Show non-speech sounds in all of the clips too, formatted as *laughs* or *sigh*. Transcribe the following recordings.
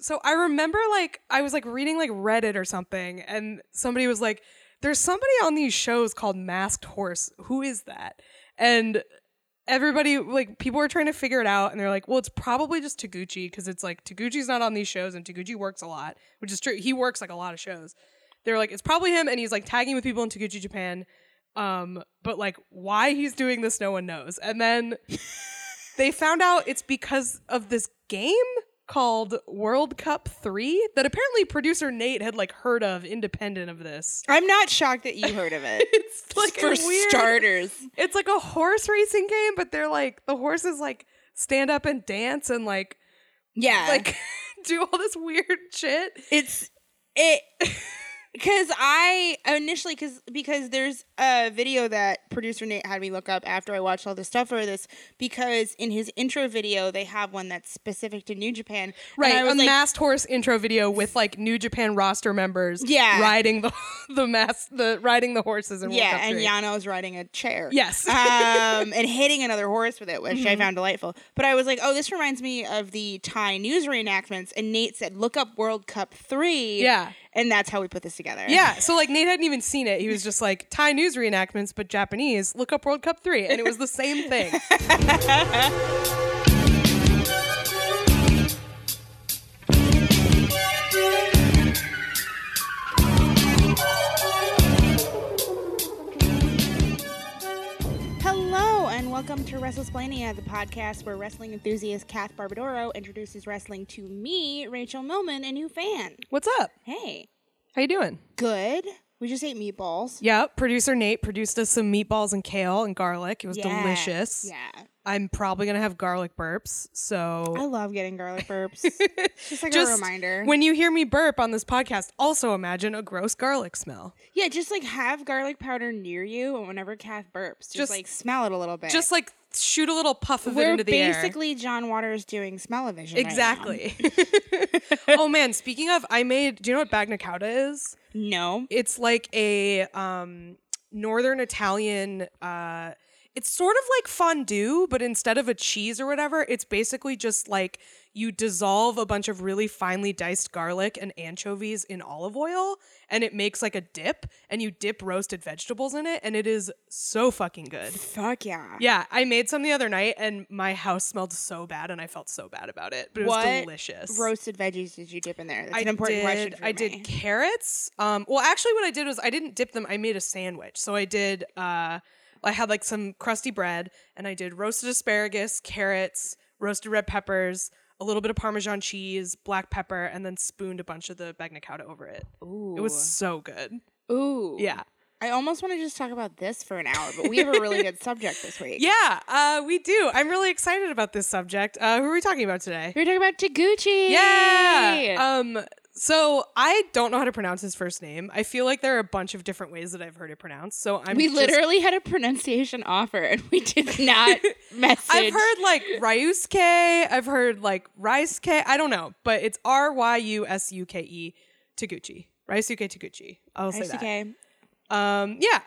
So I remember like I was like reading like Reddit or something, and somebody was like, "There's somebody on these shows called Masked Horse. Who is that?" And everybody like people were trying to figure it out, and they're like, "Well, it's probably just Taguchi because it's like Taguchi's not on these shows, and Taguchi works a lot, which is true. He works like a lot of shows." They're like, "It's probably him," and he's like tagging with people in Taguchi Japan. Um, but like why he's doing this, no one knows. And then they found out it's because of this game called World Cup 3 that apparently producer Nate had like heard of independent of this. I'm not shocked that you heard of *laughs* it. It's like For a weird, starters, It's like a horse racing game, but they're like the horses like stand up and dance and like yeah. like *laughs* do all this weird shit. it's it *laughs* because i initially because because there's a video that producer nate had me look up after i watched all this stuff for this because in his intro video they have one that's specific to new japan and I Right, was a like, masked horse intro video with like New Japan roster members Yeah. riding the *laughs* the mass the riding the horses and yeah and yano's riding a chair Yes. *laughs* Mm-hmm. um, and hitting another horse with it, which I found delightful. But I was like, oh, this reminds me of the Thai news reenactments. And Nate said, look up World Cup 3. Yeah. And that's how we put this together. Yeah, so like Nate hadn't even seen it. He was just like Thai news reenactments, but Japanese. Look up World Cup three, and it was the same *laughs* thing. Hello and welcome to WrestleSplania, the podcast where wrestling enthusiast Kath Barbadoro introduces wrestling to me, Rachel Millman, a new fan. What's up? Hey, How you doing? good. We just ate meatballs. Yeah, producer Nate produced us some meatballs and kale and garlic. It was Yeah. delicious. Yeah, I'm probably gonna have garlic burps. I So love getting *laughs* garlic burps. It's just like a reminder. when you hear me burp on this podcast, also imagine a gross garlic smell. yeah, just like have garlic powder near you, and whenever Kath burps, just, Just- like smell it a little bit. Just like shoot a little puff of it we're into the air. basically John Waters doing smell-o-vision. right now. Exactly. *laughs* oh man, speaking of, I made. Do you know what bagna cauda is? no. it's like a um northern italian uh it's sort of like fondue but instead of a cheese or whatever it's basically just like you dissolve a bunch of really finely diced garlic and anchovies in olive oil and it makes like a dip and you dip roasted vegetables in it and it is so fucking good Fuck yeah. yeah i made some the other night and my house smelled so bad and i felt so bad about it but it What was delicious Roasted veggies did you dip in there? That's an important did, question for I me. did carrots. Um, well, actually, what I did was I didn't dip them. I made a sandwich. So I did. Uh, I had like some crusty bread, and I did roasted asparagus, carrots, roasted red peppers, a little bit of Parmesan cheese, black pepper, and then spooned a bunch of the bagna cauda over it. Ooh. It was so good. Ooh. Yeah. I almost want to just talk about this for an hour, but we have *laughs* a really good subject this week. Yeah, uh, we do. I'm really excited about this subject. Uh, who are we talking about today? We're talking about Taguchi. Yeah. Um. So I don't know how to pronounce his first name. I feel like there are a bunch of different ways that I've heard it pronounced. So I'm we just- literally had a pronunciation offer and *laughs* we did not message. I've heard like Ryusuke. I've heard like Rice-K. I don't know, but it's R Y U S U K E Taguchi. Ryusuke Taguchi. I'll say It's that. okay. Um, yeah,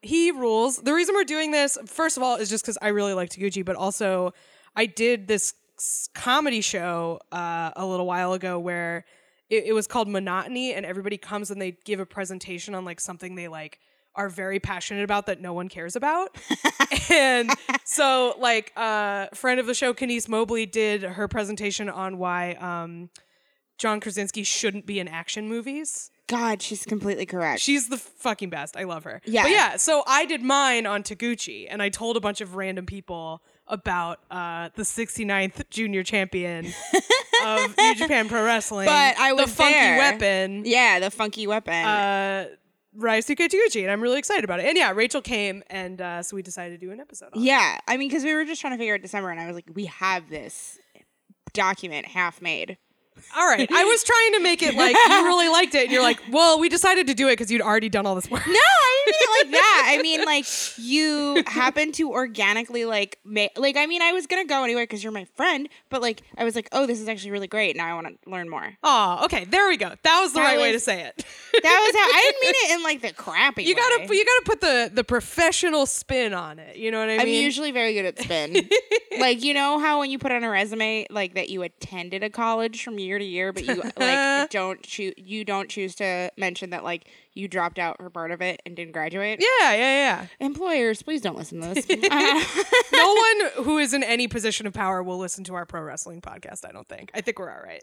he rules. The reason we're doing this, first of all, is just because I really like Taguchi, but also I did this s- comedy show uh, a little while ago where it, it was called Monotony, and everybody comes and they give a presentation on like something they like are very passionate about that no one cares about. and so like uh friend of the show Kenise Mobley did her presentation on why um John Krasinski shouldn't be in action movies. God, she's completely correct. She's the fucking best. I love her. Yeah. But yeah, so I did mine on Taguchi and I told a bunch of random people about uh, the 69th junior champion *laughs* of New Japan Pro Wrestling. But I was the funky there. weapon. yeah, the funky weapon. Uh Ryusuke Taguchi, and I'm really excited about it. And yeah, Rachel came, and uh, so we decided to do an episode. On it. yeah, I mean, because we were just trying to figure out December, and I was like, we have this document half made. *laughs* All right. I was trying to make it like you really liked it, and you're like, well, we decided to do it because you'd already done all this work. *laughs* No, I even mean it like that. I mean, like you happen to organically like make like I mean, I was gonna go anyway because you're my friend, but like I was like, oh, this is actually really great. Now I want to learn more. Oh, okay. There we go. That was the That right way to was- say it. *laughs* That was how I didn't mean it in like the crappy. you gotta way. you gotta put the the professional spin on it. You know what I I'm mean? usually very good at *laughs* spin. like you know how when you put on a resume like that you attended a college from year to year, but *laughs* you like don't choose you don't choose to mention that like you dropped out for part of it and didn't graduate. yeah, yeah, Employers, please don't listen to *laughs* this. Um, yeah. No one who is in any position of power will listen to our pro wrestling podcast. I don't think. I think we're all right.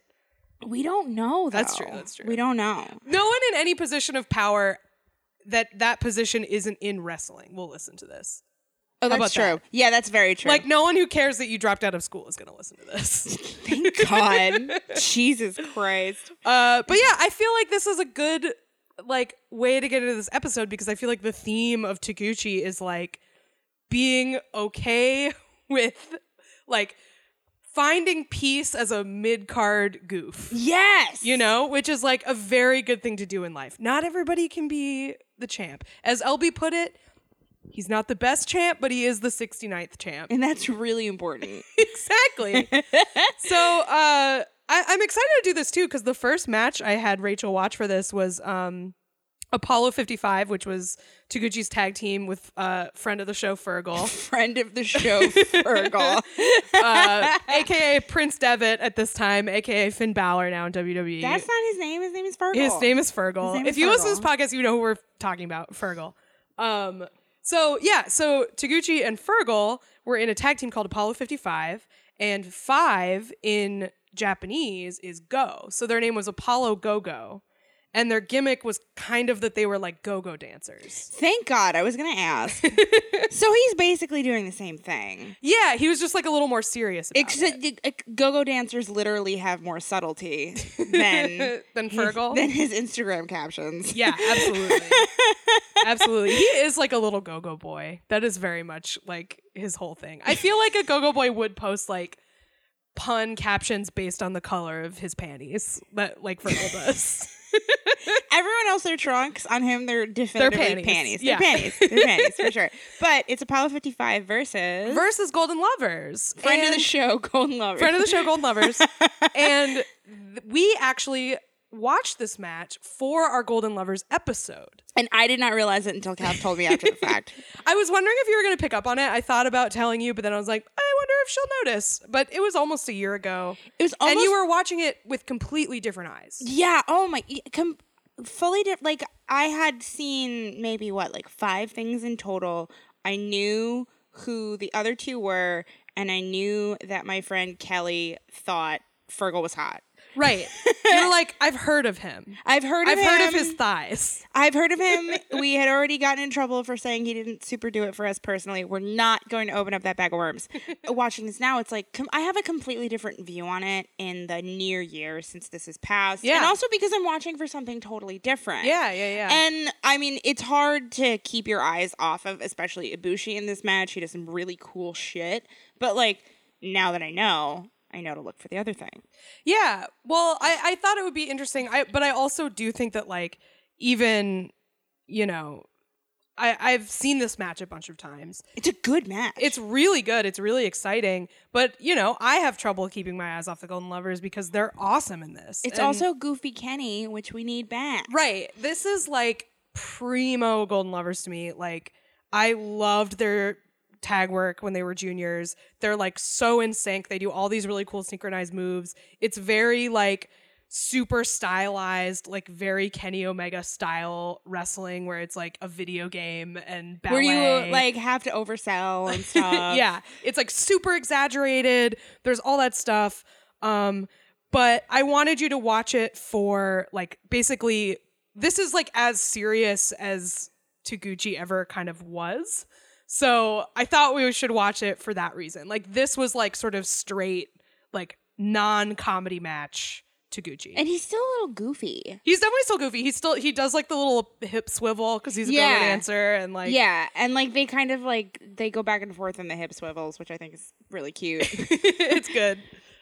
we don't know. Though. That's true, that's true. We don't know. No one in any position of power that that position isn't in wrestling will listen to this. Oh, about that's true. that? Yeah, that's very true. Like no one who cares that you dropped out of school is going to listen to this. *laughs* thank *laughs* God, Jesus Christ. Uh, but yeah, I feel like this is a good like way to get into this episode because I feel like the theme of Taguchi is like being okay *laughs* with like finding peace as a mid card goof. Yes, You know, which is like a very good thing to do in life. Not everybody can be the champ. As LB put it, he's not the best champ, but he is the 69th champ. and that's really *laughs* important. exactly. so uh, I, I'm excited to do this too because the first match I had Rachel watch for this was um, Apollo 55, which was Taguchi's tag team with uh, friend of the show *laughs* Fergal, Friend of the *laughs* show, Fergal. uh, aka Prince Devitt at this time, aka Finn Balor now in E. WWE. That's not his name. His name is Fergal. His name is Fergal. Oh. His name if is you listen to this podcast, you know who we're talking about, Fergal. Um, so yeah, so Taguchi and Fergal were in a tag team called Apollo 55, and five in Japanese is go. So their name was Apollo Go Go, and their gimmick was kind of that they were like go go dancers. Thank God. I was gonna *laughs* ask. so he's basically doing the same thing. Yeah, he was just like a little more serious about it Except the- uh, go-go dancers literally have more subtlety *laughs* than *laughs* than his, Fergal. than his Instagram captions. Yeah, absolutely. absolutely. He is like a little go go boy. That is very much like his whole thing. I feel like a go go boy would post like pun captions based on the color of his panties, but like Virgil does. Everyone else, their trunks on him, they're definitively panties. panties. Yeah. They're panties. *laughs* They're panties for sure. But it's Apollo 55 versus Versus Golden Lovers. friend of the And- show, Golden Lover. Friend of the show, Golden Lovers. and th- we actually watched this match for our Golden Lovers episode. and I did not realize it until Cal told me after the *laughs* fact. I was wondering if you were going to pick up on it. I thought about telling you, but then I was like, I wonder if she'll notice. But it was almost a year ago. It was almost and you were watching it with completely different eyes. Yeah. Oh my. y- Com- fully di- like I had seen maybe what like five things in total. I knew who the other two were, and I knew that my friend Kelly thought Fergal was hot. Right. *laughs* You're like, I've heard of him. I've heard of I've him. heard of his thighs. I've heard *laughs* of him. we had already gotten in trouble for saying he didn't super do it for us personally. We're not going to open up that bag *laughs* of worms. Watching this now, it's like com- I have a completely different view on it in the near year since this is past. Yeah. And also because I'm watching for something totally different. Yeah, yeah, yeah. And I mean, it's hard to keep your eyes off of, especially Ibushi in this match. He does some really cool shit. But like now that I know, I know to look for the other thing. Yeah. Well, I, I thought it would be interesting. I but I also do think that like even, you know, I, I've seen this match a bunch of times. It's a good match. It's really good. It's really exciting. But, you know, I have trouble keeping my eyes off the Golden Lovers because they're awesome in this. it's And- also Goofy Kenny, which we need back. Right. This is like primo Golden Lovers to me. Like I loved their tag work when they were juniors. They're like so in sync. They do all these really cool synchronized moves. It's very like super stylized, like very Kenny Omega style wrestling where it's like a video game and ballet. where you like have to oversell *laughs* and stuff. yeah it's like super exaggerated there's all that stuff um but i wanted you to watch it for like basically this is like as serious as taguchi ever kind of was so i thought we should watch it for that reason like this was like sort of straight like non-comedy match taguchi and he's still a little goofy. he's definitely still goofy he's still he does like the little hip swivel because he's a Yeah. go dancer and like yeah, and like they kind of like they *laughs* go back and forth in the hip swivels, which I think is really cute. it's good.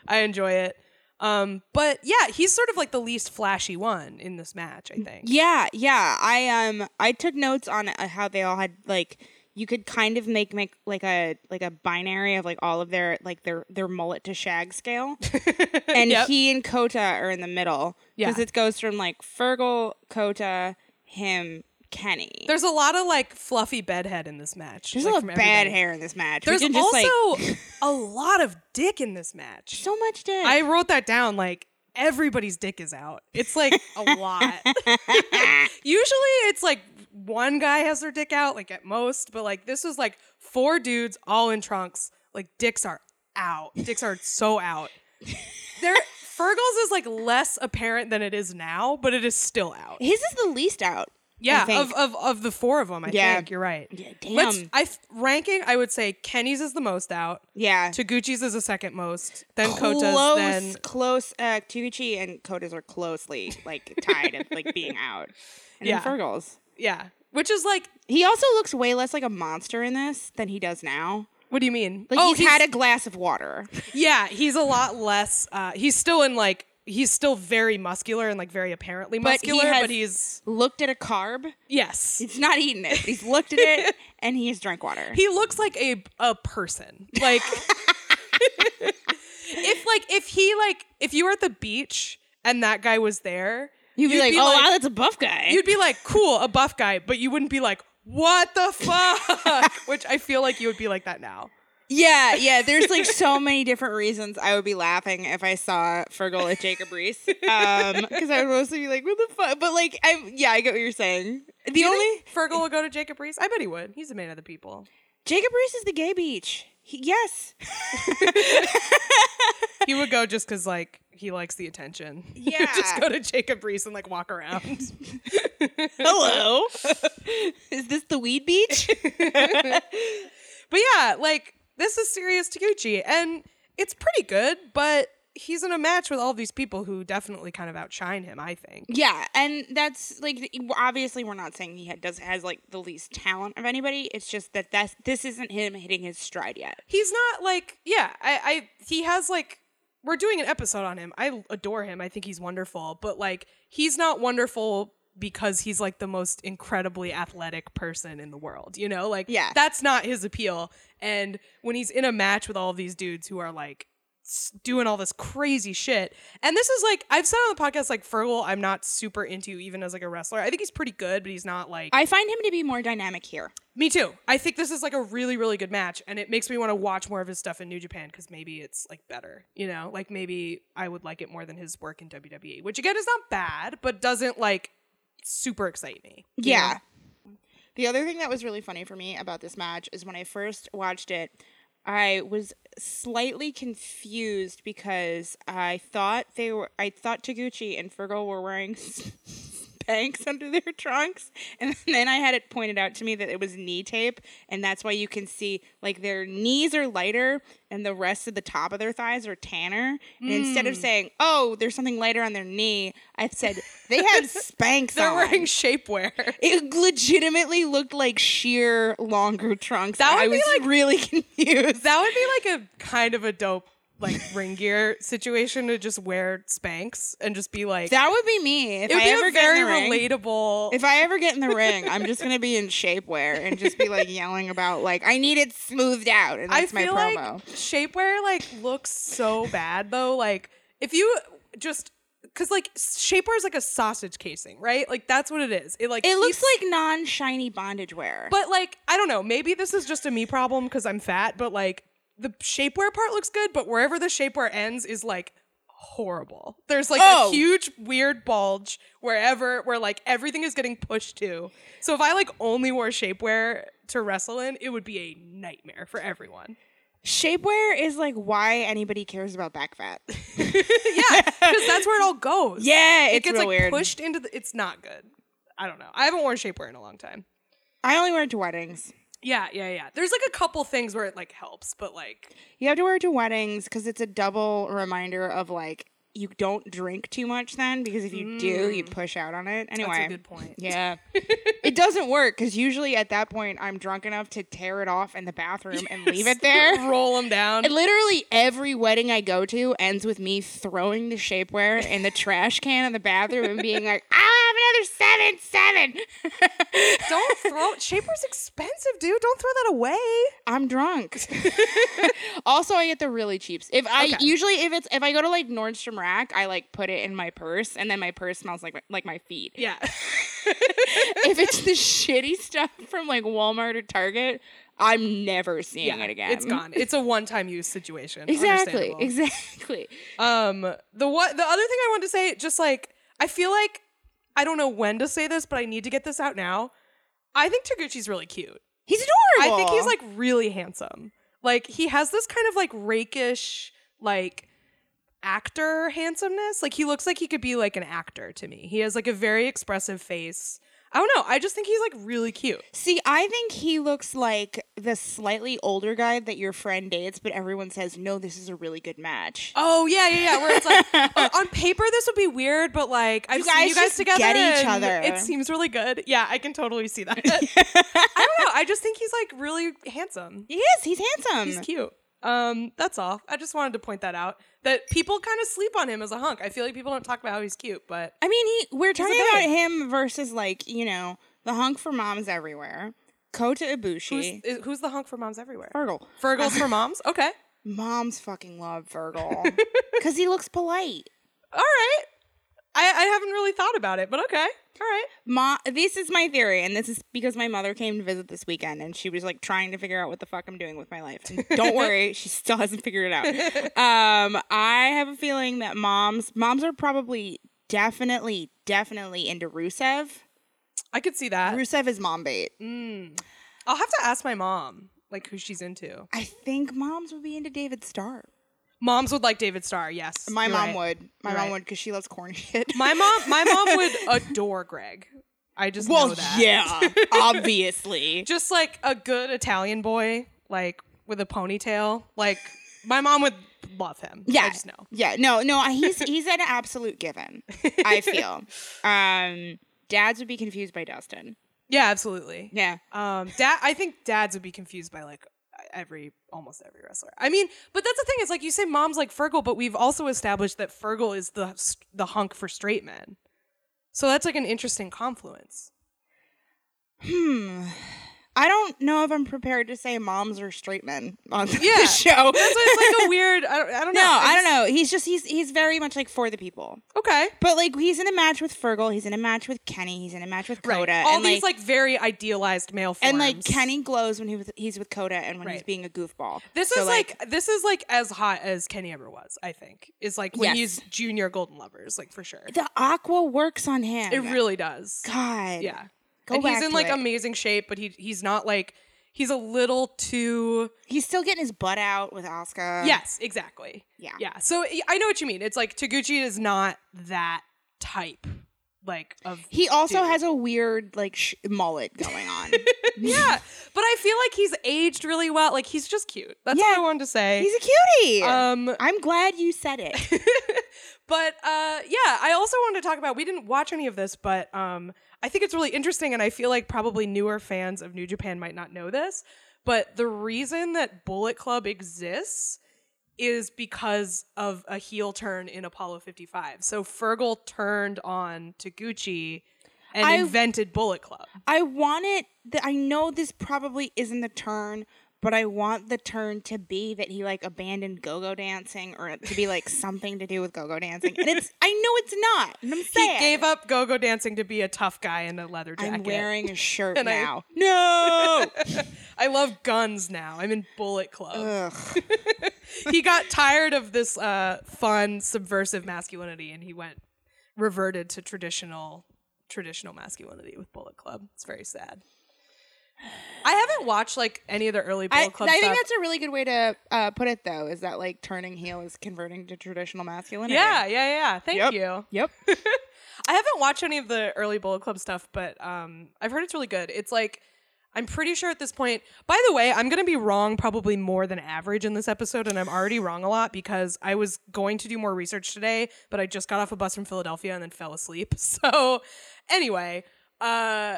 I enjoy it. Um, but yeah, he's sort of like the least flashy one in this match, I think. Yeah, yeah. I um I took notes on uh, how they all had like you could kind of make make like a like a binary of like all of their like their their mullet to shag scale. *laughs* and Yep. he and Kota are in the middle Yeah. because it goes from like Fergal, Kota, him, Kenny. There's a lot of like fluffy bedhead in this match. There's like, a lot from of bad everybody. hair in this match. We There's can just, also like- *laughs* a lot of dick in this match. so much dick. I wrote that down like everybody's dick is out. It's like *laughs* a lot. *laughs* Usually it's like one guy has their dick out, like at most, but like this was like four dudes all in trunks. Like dicks are out. Dicks are so out. Their Fergal's is like less apparent than it is now, but it is still out. His is the least out. Yeah, think. of, of of the four of them, I Yeah. think you're right. Yeah, Let's damn. I f- ranking. I would say Kenny's is the most out. Yeah. Taguchi's is the second most. Then close, Kota's. Then close. Uh, Tuichi and Kotas are closely *laughs* like tied of like being out. And Yeah. then Fergal's. yeah, which is like He also looks way less like a monster in this than he does now. What do you mean? Oh, Like Oh, he's, had a glass of water. yeah. He's a lot less. Uh, he's still in like he's still very muscular and like very apparently But he muscular, but, has- he's Looked at a carb. yes. He's not eating it. He's looked at *laughs* it and he's drank water. He looks like a a person. *laughs* Like if like if he like if you were at the beach and that guy was there, You'd be like, oh wow, that's a buff guy. you'd be like, cool, a buff guy, but you wouldn't be like, what the fuck? *laughs* Which I feel like you would be like that now. yeah, yeah. There's *laughs* like so many different reasons I would be laughing if I saw Fergal at Jacob Reese. Um, because I would mostly be like, what the fuck? But like, I yeah, I get what you're saying. The You only think Fergal will go to Jacob Reese. I bet he would. He's a man of the people. Jacob Reese is the gay beach. He, yes. he would go just because like he likes the attention. *laughs* He would Yeah. just go to Jacob Reese and like walk around. *laughs* Hello. *laughs* is this the weed beach? but yeah, like this is serious Taguchi, and it's pretty good, but he's in a match with all these people who definitely kind of outshine him. I think. *laughs* yeah, and that's like obviously we're not saying he had, does has like the least talent of anybody. It's just that that's this isn't him hitting his stride yet. He's not like yeah. I, I he has like we're doing an episode on him. I adore him. I think he's wonderful, but like he's not wonderful because he's like the most incredibly athletic person in the world. You know, like Yeah. that's not his appeal. And when he's in a match with all of these dudes who are like s- doing all this crazy shit, and this is like I've said on the podcast, like Fergal, I'm not super into even as like a wrestler. I think he's pretty good, but he's not like I find him to be more dynamic here. me too. I think this is like a really, really good match, and it makes me want to watch more of his stuff in New Japan because maybe it's like better, you know? Like maybe I would like it more than his work in WWE, which again is not bad, but doesn't like super excite me. you Yeah. know? The other thing that was really funny for me about this match is when I first watched it, I was slightly confused because I thought they were I thought Taguchi and Fergal were wearing *laughs* spanks under their trunks and *laughs* then I had it pointed out to me that it was knee tape and that's why you can see like their knees are lighter and the rest of the top of their thighs are tanner and instead Mm. of saying oh there's something lighter on their knee I said *laughs* they had spanks They're on. wearing shapewear. It legitimately looked like sheer longer trunks. That would I be, was really *laughs* confused. That would be like a kind of a dope like ring gear situation to just wear Spanx and just be like That would be me. If it would I be ever a get in very the ring, relatable If I ever get in the ring, I'm just gonna be in shapewear and just be like yelling about like I need it smoothed out, and I that's my feel like promo. shapewear like looks so bad though. Like if you just because like shapewear is like a sausage casing, right? Like that's what it is. It like it looks keeps- like non shiny bondage wear. but like I don't know. Maybe this is just a me problem because I'm fat. But like the shapewear part looks good, but wherever the shapewear ends is like horrible. There's like Oh. a huge weird bulge wherever where like everything is getting pushed to. So if I like only wore shapewear to wrestle in, it would be a nightmare for everyone. shapewear is like why anybody cares about back fat. yeah, because that's where it all goes. Yeah, it it's gets like real weird. pushed into the. It's not good. I don't know. I haven't worn shapewear in a long time. I only wear it to weddings. Yeah, yeah, yeah. There's like a couple things where it like helps, but like You have to wear it to weddings because it's a double reminder of like you don't drink too much then because if you do, you push out on it. Anyway, Mm. That's a good point. *laughs* yeah. it doesn't work because usually at that point I'm drunk enough to tear it off in the bathroom and leave *laughs* it *laughs* there. Roll them down. And Literally every wedding I go to ends with me throwing the shapewear in the trash can in the bathroom and being like, I'll have another seven, seven. *laughs* Don't throw shaper's expensive, dude. Don't throw that away. I'm drunk. *laughs* also, I get the really cheaps. If I Okay. usually if it's if I go to like Nordstrom Rack, I like put it in my purse and then my purse smells like like my feet. *laughs* Yeah. *laughs* if it's the shitty stuff from like Walmart or Target, I'm never seeing it again. It's gone. It's a one-time use situation. Exactly. Understandable. Exactly. Um, the what the other thing I wanted to say, just like I feel like I don't know when to say this, but I need to get this out now. I think Taguchi's really cute. He's I adorable. think he's like really handsome. Like he has this kind of like rakish, like actor handsomeness. Like he looks like he could be like an actor to me. He has like a very expressive face. I don't know. I just think he's like really cute. See, I think he looks like the slightly older guy that your friend dates, but everyone says, "No, this is a really good match." Oh yeah, yeah, yeah. Where it's *laughs* like uh, on paper this would be weird, but like I've seen guys you guys just together. get each and other. It seems really good. Yeah, I can totally see *laughs* that. I don't know. I just think he's like really handsome. He is. He's handsome. He's cute. Um, that's all. I just wanted to point that out. That people kind of sleep on him as a hunk. I feel like people don't talk about how he's cute, but I mean, he we're talking about babe. him versus like, you know, the hunk for moms everywhere. Kota who's, Ibushi. is- who's the hunk for moms everywhere? Fergal. Virgos *laughs* for moms. Okay. Moms fucking love *laughs* Fergal. Cuz he looks polite. All right. I, I haven't really thought about it, but okay. All right. Ma- this is my theory, and this is because my mother came to visit this weekend, and she was like trying to figure out what the fuck I'm doing with my life. And *laughs* don't worry, she still hasn't figured it out. Um, I have a feeling that moms, moms are probably definitely, definitely into Rusev. I could see that. Rusev is mom bait. I'll have to ask my mom like who she's into. I think moms would be into David Starr. Moms would like David Starr, yes. My You're mom right. would. You're My mom right. would because she loves corny *laughs* shit. My mom my mom *laughs* would adore Greg. I just know well, that. *laughs* yeah, obviously. Just like a good Italian boy, like with a ponytail. Like my mom would love him. I Yeah. just know. Yeah, no, no, I- he's he's an absolute given. *laughs* I feel. Um, dads would be confused by Dustin. Yeah, absolutely. Yeah, Um dad I think dads would be confused by like every almost every wrestler. I mean, but that's the thing, is like you say moms like Fergal, but we've also established that Fergal is the the hunk for straight men. So that's like an interesting confluence. I don't know if I'm prepared to say moms are straight men on *laughs* the Yeah. show. That's why it's like a weird. I don't, I don't know. no, I don't know. He's just he's he's very much like for the people. Okay. But like he's in a match with Fergal, he's in a match with Kenny, he's in a match with Coda. All and, these like, very idealized male forms. and like Kenny glows when he was he's with Coda and when he's Right. being a goofball. This So, is like, this is like as hot as Kenny ever was. I think is like when Yes. he's junior Golden Lovers, like for sure. the aqua works on him. It really does. God. Yeah. Go and he's back in to like it. amazing shape, but he he's not like he's a little too. He's still getting his butt out with Oscar. yes, exactly. Uh. Yeah. Yeah. So I- I know what you mean. It's like Taguchi is not that type, like of He also has a weird like sh- mullet going on. *laughs* yeah. But I feel like he's aged really well. Like he's just cute. That's all I Yeah. wanted to say. he's a cutie. um I'm glad you *laughs* said it. but uh yeah, I also wanted to talk about we didn't watch any of this, but um I think it's really interesting and I feel like probably newer fans of New Japan might not know this, but the reason that Bullet Club exists is because of a heel turn in Apollo 55. So Fergal turned on Taguchi and I- invented Bullet Club. I want it. That I know this probably isn't the turn, but I want the turn to be that he like abandoned go-go dancing or to *laughs* be like something to do with go-go dancing. And it's I know it's not. And I'm He saying gave up go-go dancing to be a tough guy in a leather jacket. I'm wearing *laughs* a shirt I- now. no. *laughs* I love guns now. I'm in Bullet Club. Ugh. he got tired of this uh, fun subversive masculinity, and he went reverted to traditional traditional masculinity with Bullet Club. It's very sad. I haven't watched like any of the early Bullet I, Club I stuff. think that's a really good way to uh, put it, though, is that like turning heel is converting to traditional masculinity. yeah, yeah, yeah. Thank Yep. you. Yep. I haven't watched any of the early Bullet Club stuff, but um, I've heard it's really good. It's like I'm pretty sure at this point. By the way, I'm going to be wrong probably more than average in this episode, and I'm already wrong a lot because I was going to do more research today, but I just got off a bus from Philadelphia and then fell asleep. *laughs* So, anyway, uh,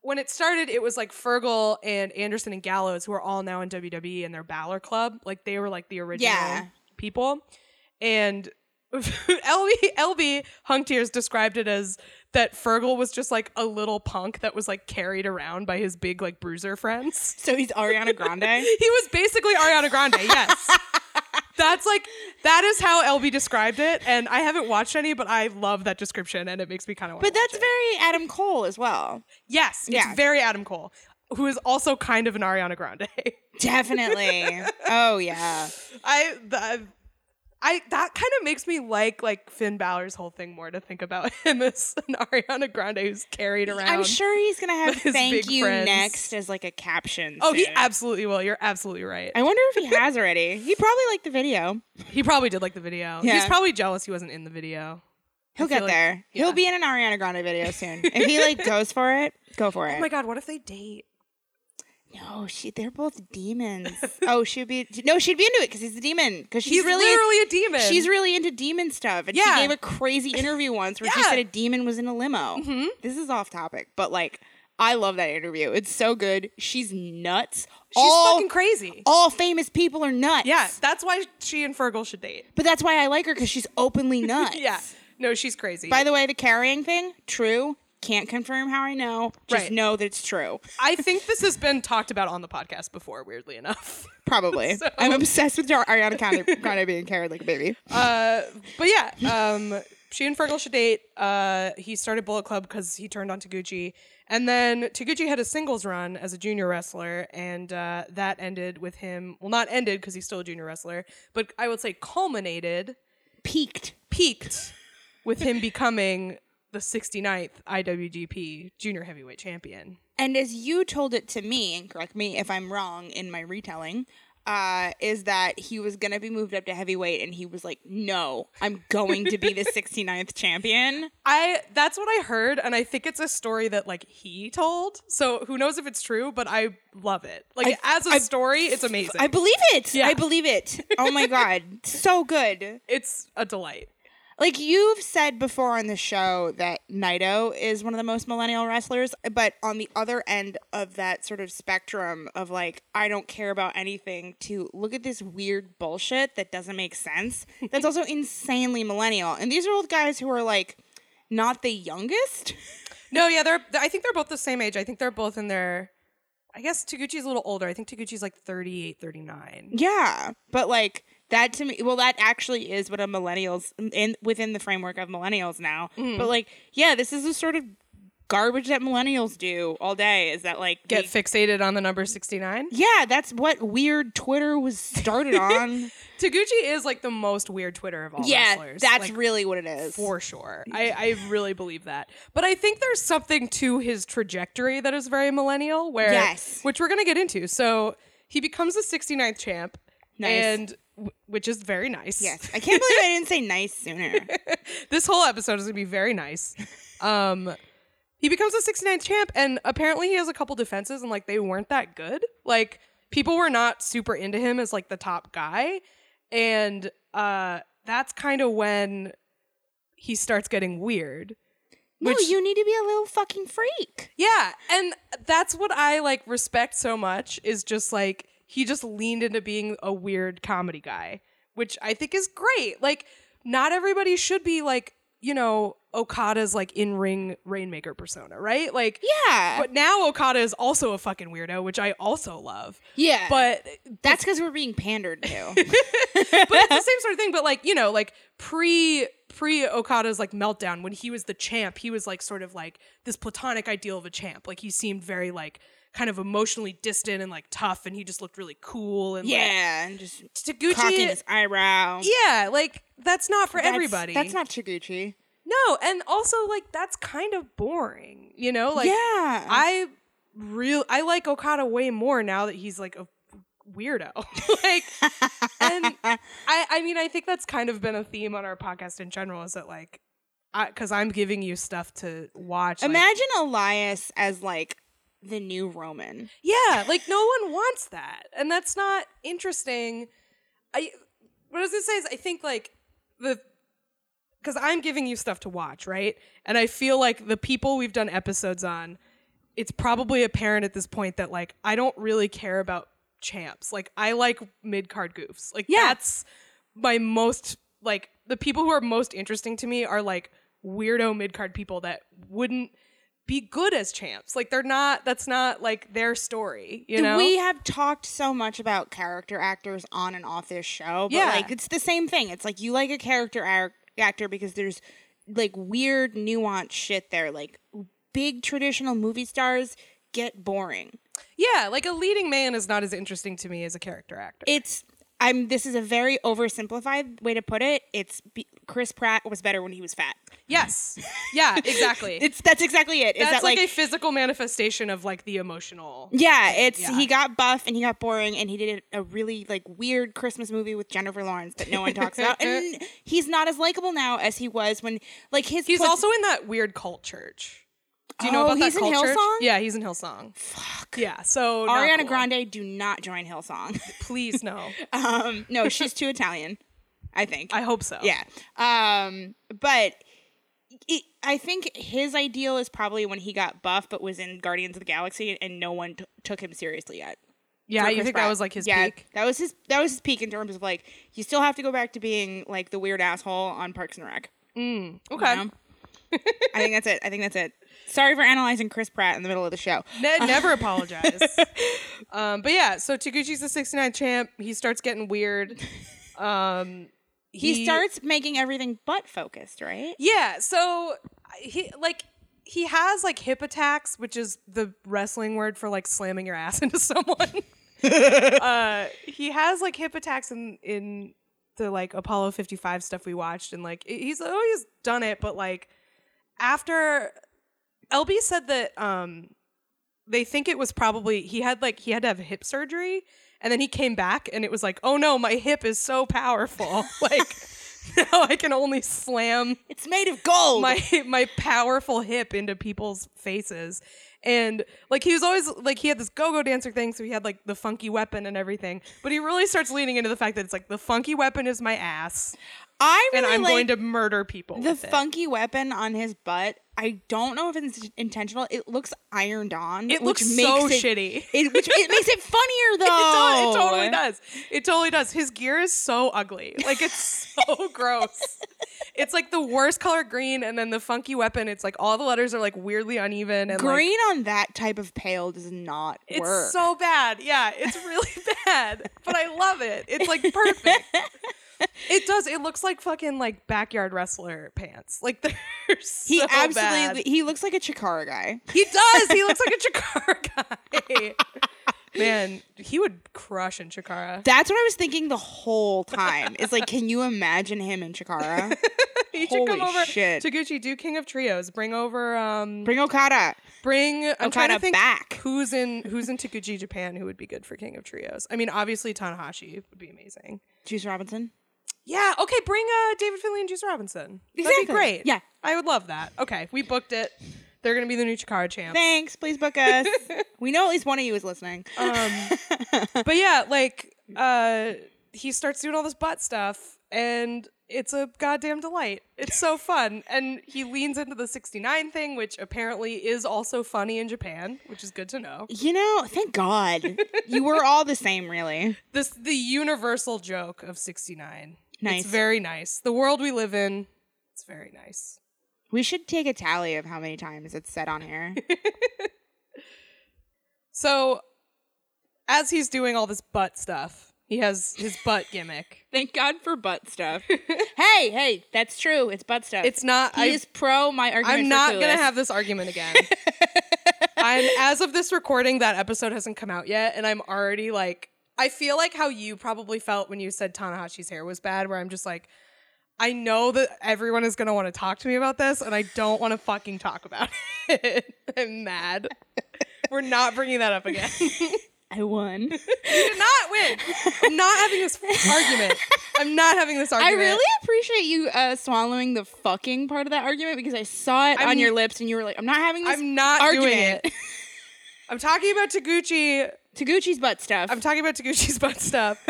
when it started, it was like Fergal and Anderson and Gallows, who are all now in WWE and their Balor Club. Like they were like the original Yeah. people. And *laughs* LB, LB Hung Tears described it as that Fergal was just like a little punk that was like carried around by his big like bruiser friends. *laughs* So he's Ariana Grande. He was basically Ariana Grande, *laughs* yes. That's like that is how LB described it, and I haven't watched any, but I love that description, and it makes me kind of. But that's very Adam Cole as well. Yes, it's Yeah. very Adam Cole, who is also kind of an Ariana Grande. *laughs* Definitely. oh yeah. I, the, I that kind of makes me like like Finn Balor's whole thing more to think about *laughs* him as an Ariana Grande who's carried around. I'm sure he's gonna have With his thank big you friends. next as like a caption. Oh, he soon. absolutely will. You're absolutely right. I wonder *laughs* if he has already. He probably liked the video. He probably did like the video. He's Yeah. probably jealous he wasn't in the video. He'll feel get like- there. yeah. He'll be in an Ariana Grande video soon. if *laughs* he like goes for it, go for it. Oh my god, what if they date? no, she. They're both *laughs* demons. oh, she'd be. No, she'd be into it because he's a demon. Because she's He's really. literally a demon. She's really into demon stuff, and Yeah. she gave a *laughs* crazy interview once where she Yeah. Mm-hmm. said a demon was in a limo. This is off topic, but like, I love that interview. It's so good. She's nuts. She's all fucking crazy. all famous people are nuts. yeah, that's why she and Fergal should date. but that's why I like her because she's openly nuts. *laughs* Yeah. No, she's crazy. By the way, the carrying thing, true. Can't confirm how I know. Just Right. know that it's *laughs* true. I think this has been talked about on the podcast before, weirdly enough. Probably. So- I'm obsessed with Dar- Ariana Grande, Grande being carried like a baby. Uh, but yeah, um, she and Fergal should date. Uh, he started Bullet Club because he turned on Taguchi. And then Taguchi had a singles run as a junior wrestler, and uh, that ended with him. Well, not ended because he's still a junior wrestler, but I would say culminated, Peaked. peaked with him becoming the 69th IWGP junior heavyweight champion. And as you told it to me, and correct me if I'm wrong in my retelling, uh, is that he was going to be moved up to heavyweight and he was like, no, I'm going to *laughs* be the 69th champion. I that's what I heard, and I think it's a story that like he told. So who knows if it's true, but I love it. Like as a story, it's amazing. I believe it. Yeah. I believe it. Oh my *laughs* God. so good. it's a delight. Like you've said before on the show that Naito is one of the most millennial wrestlers, but on the other end of that sort of spectrum of like, I don't care about anything to look at this weird bullshit that doesn't make sense. That's also insanely millennial. And these are old guys who are like not the youngest. *laughs* No, yeah, they're. I think they're both the same age. I think they're both in their. I guess Taguchi's a little older. I think Taguchi's like 38, 39. Yeah. But like that to me well, that actually is what a millennials in within the framework of millennials now. But like, yeah, this is the sort of garbage that millennials do all day is that like Get they- fixated on the number 69. Yeah, that's what weird Twitter was started on. Taguchi is like the most weird Twitter of all *laughs* yeah, wrestlers. that's like, really what it is. for *laughs* sure. I, I really believe that. But I think there's something to his trajectory that is very millennial, where Yes. which we're gonna get into. So he becomes the 69th champ, Nice. and w- which is very nice. yes, I can't believe I didn't say nice sooner. this whole episode is gonna be very nice. Um, he becomes the 69th champ, and apparently he has a couple defenses, and like they weren't that good. Like people were not super into him as like the top guy, and uh, that's kind of when he starts getting weird. *laughs* no, Which- you need to be a little fucking freak. Yeah, and that's what I like respect so much is just like he just leaned into being a weird comedy guy, which I think is great. Like not everybody should be like, you know, Okada's like in-ring rainmaker persona, right? Like Yeah, but now Okada is also a fucking weirdo, which I also love. yeah, But that's because we're being pandered to. *laughs* but it's the same sort of thing. But like you know, like pre pre Okada's like meltdown when he was the champ, he was like sort of like this platonic ideal of a champ. Like he seemed very like kind of emotionally distant and like tough, and he just looked really cool and like, yeah, and just Taguchi. cocking his eyebrow. yeah, like that's not for That's- everybody. That's not Chiguchi. no, and also like that's kind of boring. You know, like yeah, I real I like Okada way more now that he's like a weirdo. *laughs* like and I I mean I think that's kind of been a theme on our podcast in general is that like I cuz I'm giving you stuff to watch like- imagine Elias as like the new Roman. Yeah, like no one wants that, and that's not interesting. I what I was gonna say is I think like the because I'm giving you stuff to watch, right? And I feel like the people we've done episodes on, it's probably apparent at this point that like I don't really care about champs. Like I like mid card goofs. Like Yeah. that's my most like the people who are most interesting to me are like weirdo mid card people that wouldn't be good as champs. Like they're not. That's not like their story. You know. We have talked so much about character actors on and off this show, but Yeah. like it's the same thing. It's like you like a character ar- actor because there's like weird nuanced shit there. Like big traditional movie stars get boring. yeah. Like a leading man is not as interesting to me as a character actor. It's I'm this is a very oversimplified way to put it. It's be, Chris Pratt was better when he was fat. yes. *laughs* Yeah. Exactly. It's that's exactly it. Is that's that like, a physical manifestation of like the emotional. Yeah, it's Yeah. he got buff and he got boring and he did a really like weird Christmas movie with Jennifer Lawrence that no one talks about and *laughs* he's not as likable now as he was when like his He's put- also in that weird cult church. Do you know Oh, about he's that in cult church? Hillsong? Yeah, he's in Hillsong. Fuck. Yeah. So not Ariana cool. Grande do not join Hillsong. *laughs* Please no. um no, she's too Italian, I think. I hope so. yeah. Um but it, I think his ideal is probably when he got buff but was in Guardians of the Galaxy and no one t- took him seriously yet. Yeah. for You Chris think that Pratt. was like his yeah, peak? That was his that was his peak in terms of like you still have to go back to being like the weird asshole on Parks and Rec. you Okay. know? I think that's it. I think that's it. Sorry for analyzing Chris Pratt in the middle of the show. *laughs* Uh, Ne- never apologize. Um, but yeah, so Taguchi's the 69 champ. He starts getting weird. *laughs* Um, He, starts making everything butt focused, right? Yeah, so he like he has like hip attacks, which is the wrestling word for like slamming your ass *laughs* into someone. uh, he has like hip attacks in in the like Apollo 55 stuff we watched, and like he's oh he's done it, but like after LB said that um they think it was probably he had like he had to have hip surgery and then he came back and it was like oh no my hip is so powerful *laughs* like now I can only slam It's made of *laughs* gold. my my powerful hip into people's faces and like he was always like he had this go-go dancer thing so he had like the funky weapon and everything but he really starts leaning into the fact that it's like the funky weapon is my ass I and really i'm like going to murder people the with it. funky weapon on his butt. I don't know if it's intentional. It looks ironed on. it which looks makes so it, shitty It, which it makes it *laughs* funnier though. It, Oh. does, it totally does. It totally does. His gear is so ugly. Like it's so *laughs* gross. It's like the worst color green, and then the funky weapon. It's like all the letters are like weirdly uneven and like, Green on that type of pale does not It's work. so bad. Yeah, it's really *laughs* bad, but I love it. It's like perfect. it does. It looks like fucking like backyard wrestler pants. Like *laughs* they're He so absolutely bad. he looks like a Chikara guy. He does. He looks like *laughs* a Chikara guy. Man, he would crush in Chikara. That's what I was thinking the whole time. It's like, can you imagine him *laughs* in Chikara? *laughs* He should Holy come over. shit. Taguchi, do King of Trios. Bring over. Um, Bring Okada. bring. I'm trying to Okada think back. who's in *laughs* who's in Taguchi Japan. Who would be good for King of Trios? I mean, obviously Tanahashi would be amazing. Juice Robinson. Yeah. Okay. Bring uh, David Finley and Juice Robinson. That'd be Exactly. great. Yeah. I would love that. Okay. We booked it. They're gonna be the new Chikara champs. Thanks. Please book us. we know at least one of you is listening. Oh. But yeah, like uh, he starts doing all this butt stuff, and it's a goddamn delight. It's so fun, and he leans into the '69 thing, which apparently is also funny in Japan, which is good to know. you know, thank God. You were all the same, really. This the universal joke of '69. Nice. It's very nice. The world we live in. It's very nice. We should take a tally of how many times it's said *laughs* on here. So, as he's doing all this butt stuff, he has his butt gimmick. thank God for butt stuff. hey, hey, that's true. It's butt stuff. It's not. he I, is pro my argument. I'm for not gonna Clueless. have this argument *laughs* again. I'm as of this recording, that episode hasn't come out yet, and I'm already like, I feel like how you probably felt when you said Tanahashi's hair was bad, where I'm just like. I know that everyone is going to want to talk to me about this, and I don't want to fucking talk about *laughs* it. I'm mad. We're not bringing that up again. I won. did not win. I'm not having this argument. I'm not having this I argument. really appreciate you uh, swallowing the fucking part of that argument because I saw it I'm- on your lips and you were like, I'm not having this. *laughs* I'm not doing argument. it. I'm talking about Taguchi. Taguchi's butt stuff. I'm talking about Taguchi's butt stuff.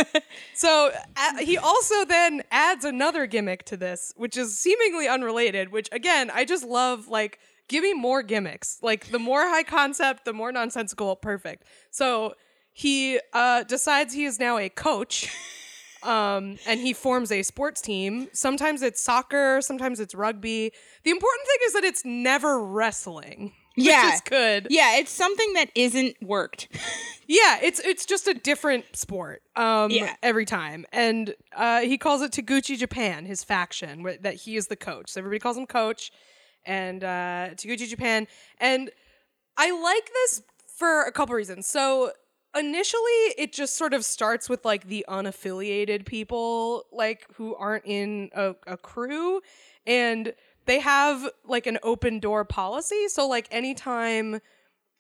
so uh, he also then adds another gimmick to this, which is seemingly unrelated. Which again, I just love. Like, give me more gimmicks. Like, the more high concept, the more nonsensical. Perfect. So he uh, decides he is now a coach. Um, and he forms a sports team. Sometimes it's soccer, sometimes it's rugby. The important thing is that it's never wrestling. *laughs* Which Yeah. is good. *laughs* yeah, it's something that isn't worked. Yeah, it's it's just a different sport um, Yeah. every time, and uh, he calls it Taguchi Japan, his faction wh- that he is the coach. So everybody calls him Coach, and uh, Taguchi Japan. And I like this for a couple reasons. So initially, it just sort of starts with like the unaffiliated people, like who aren't in a, a crew, and they have like an open door policy. So like anytime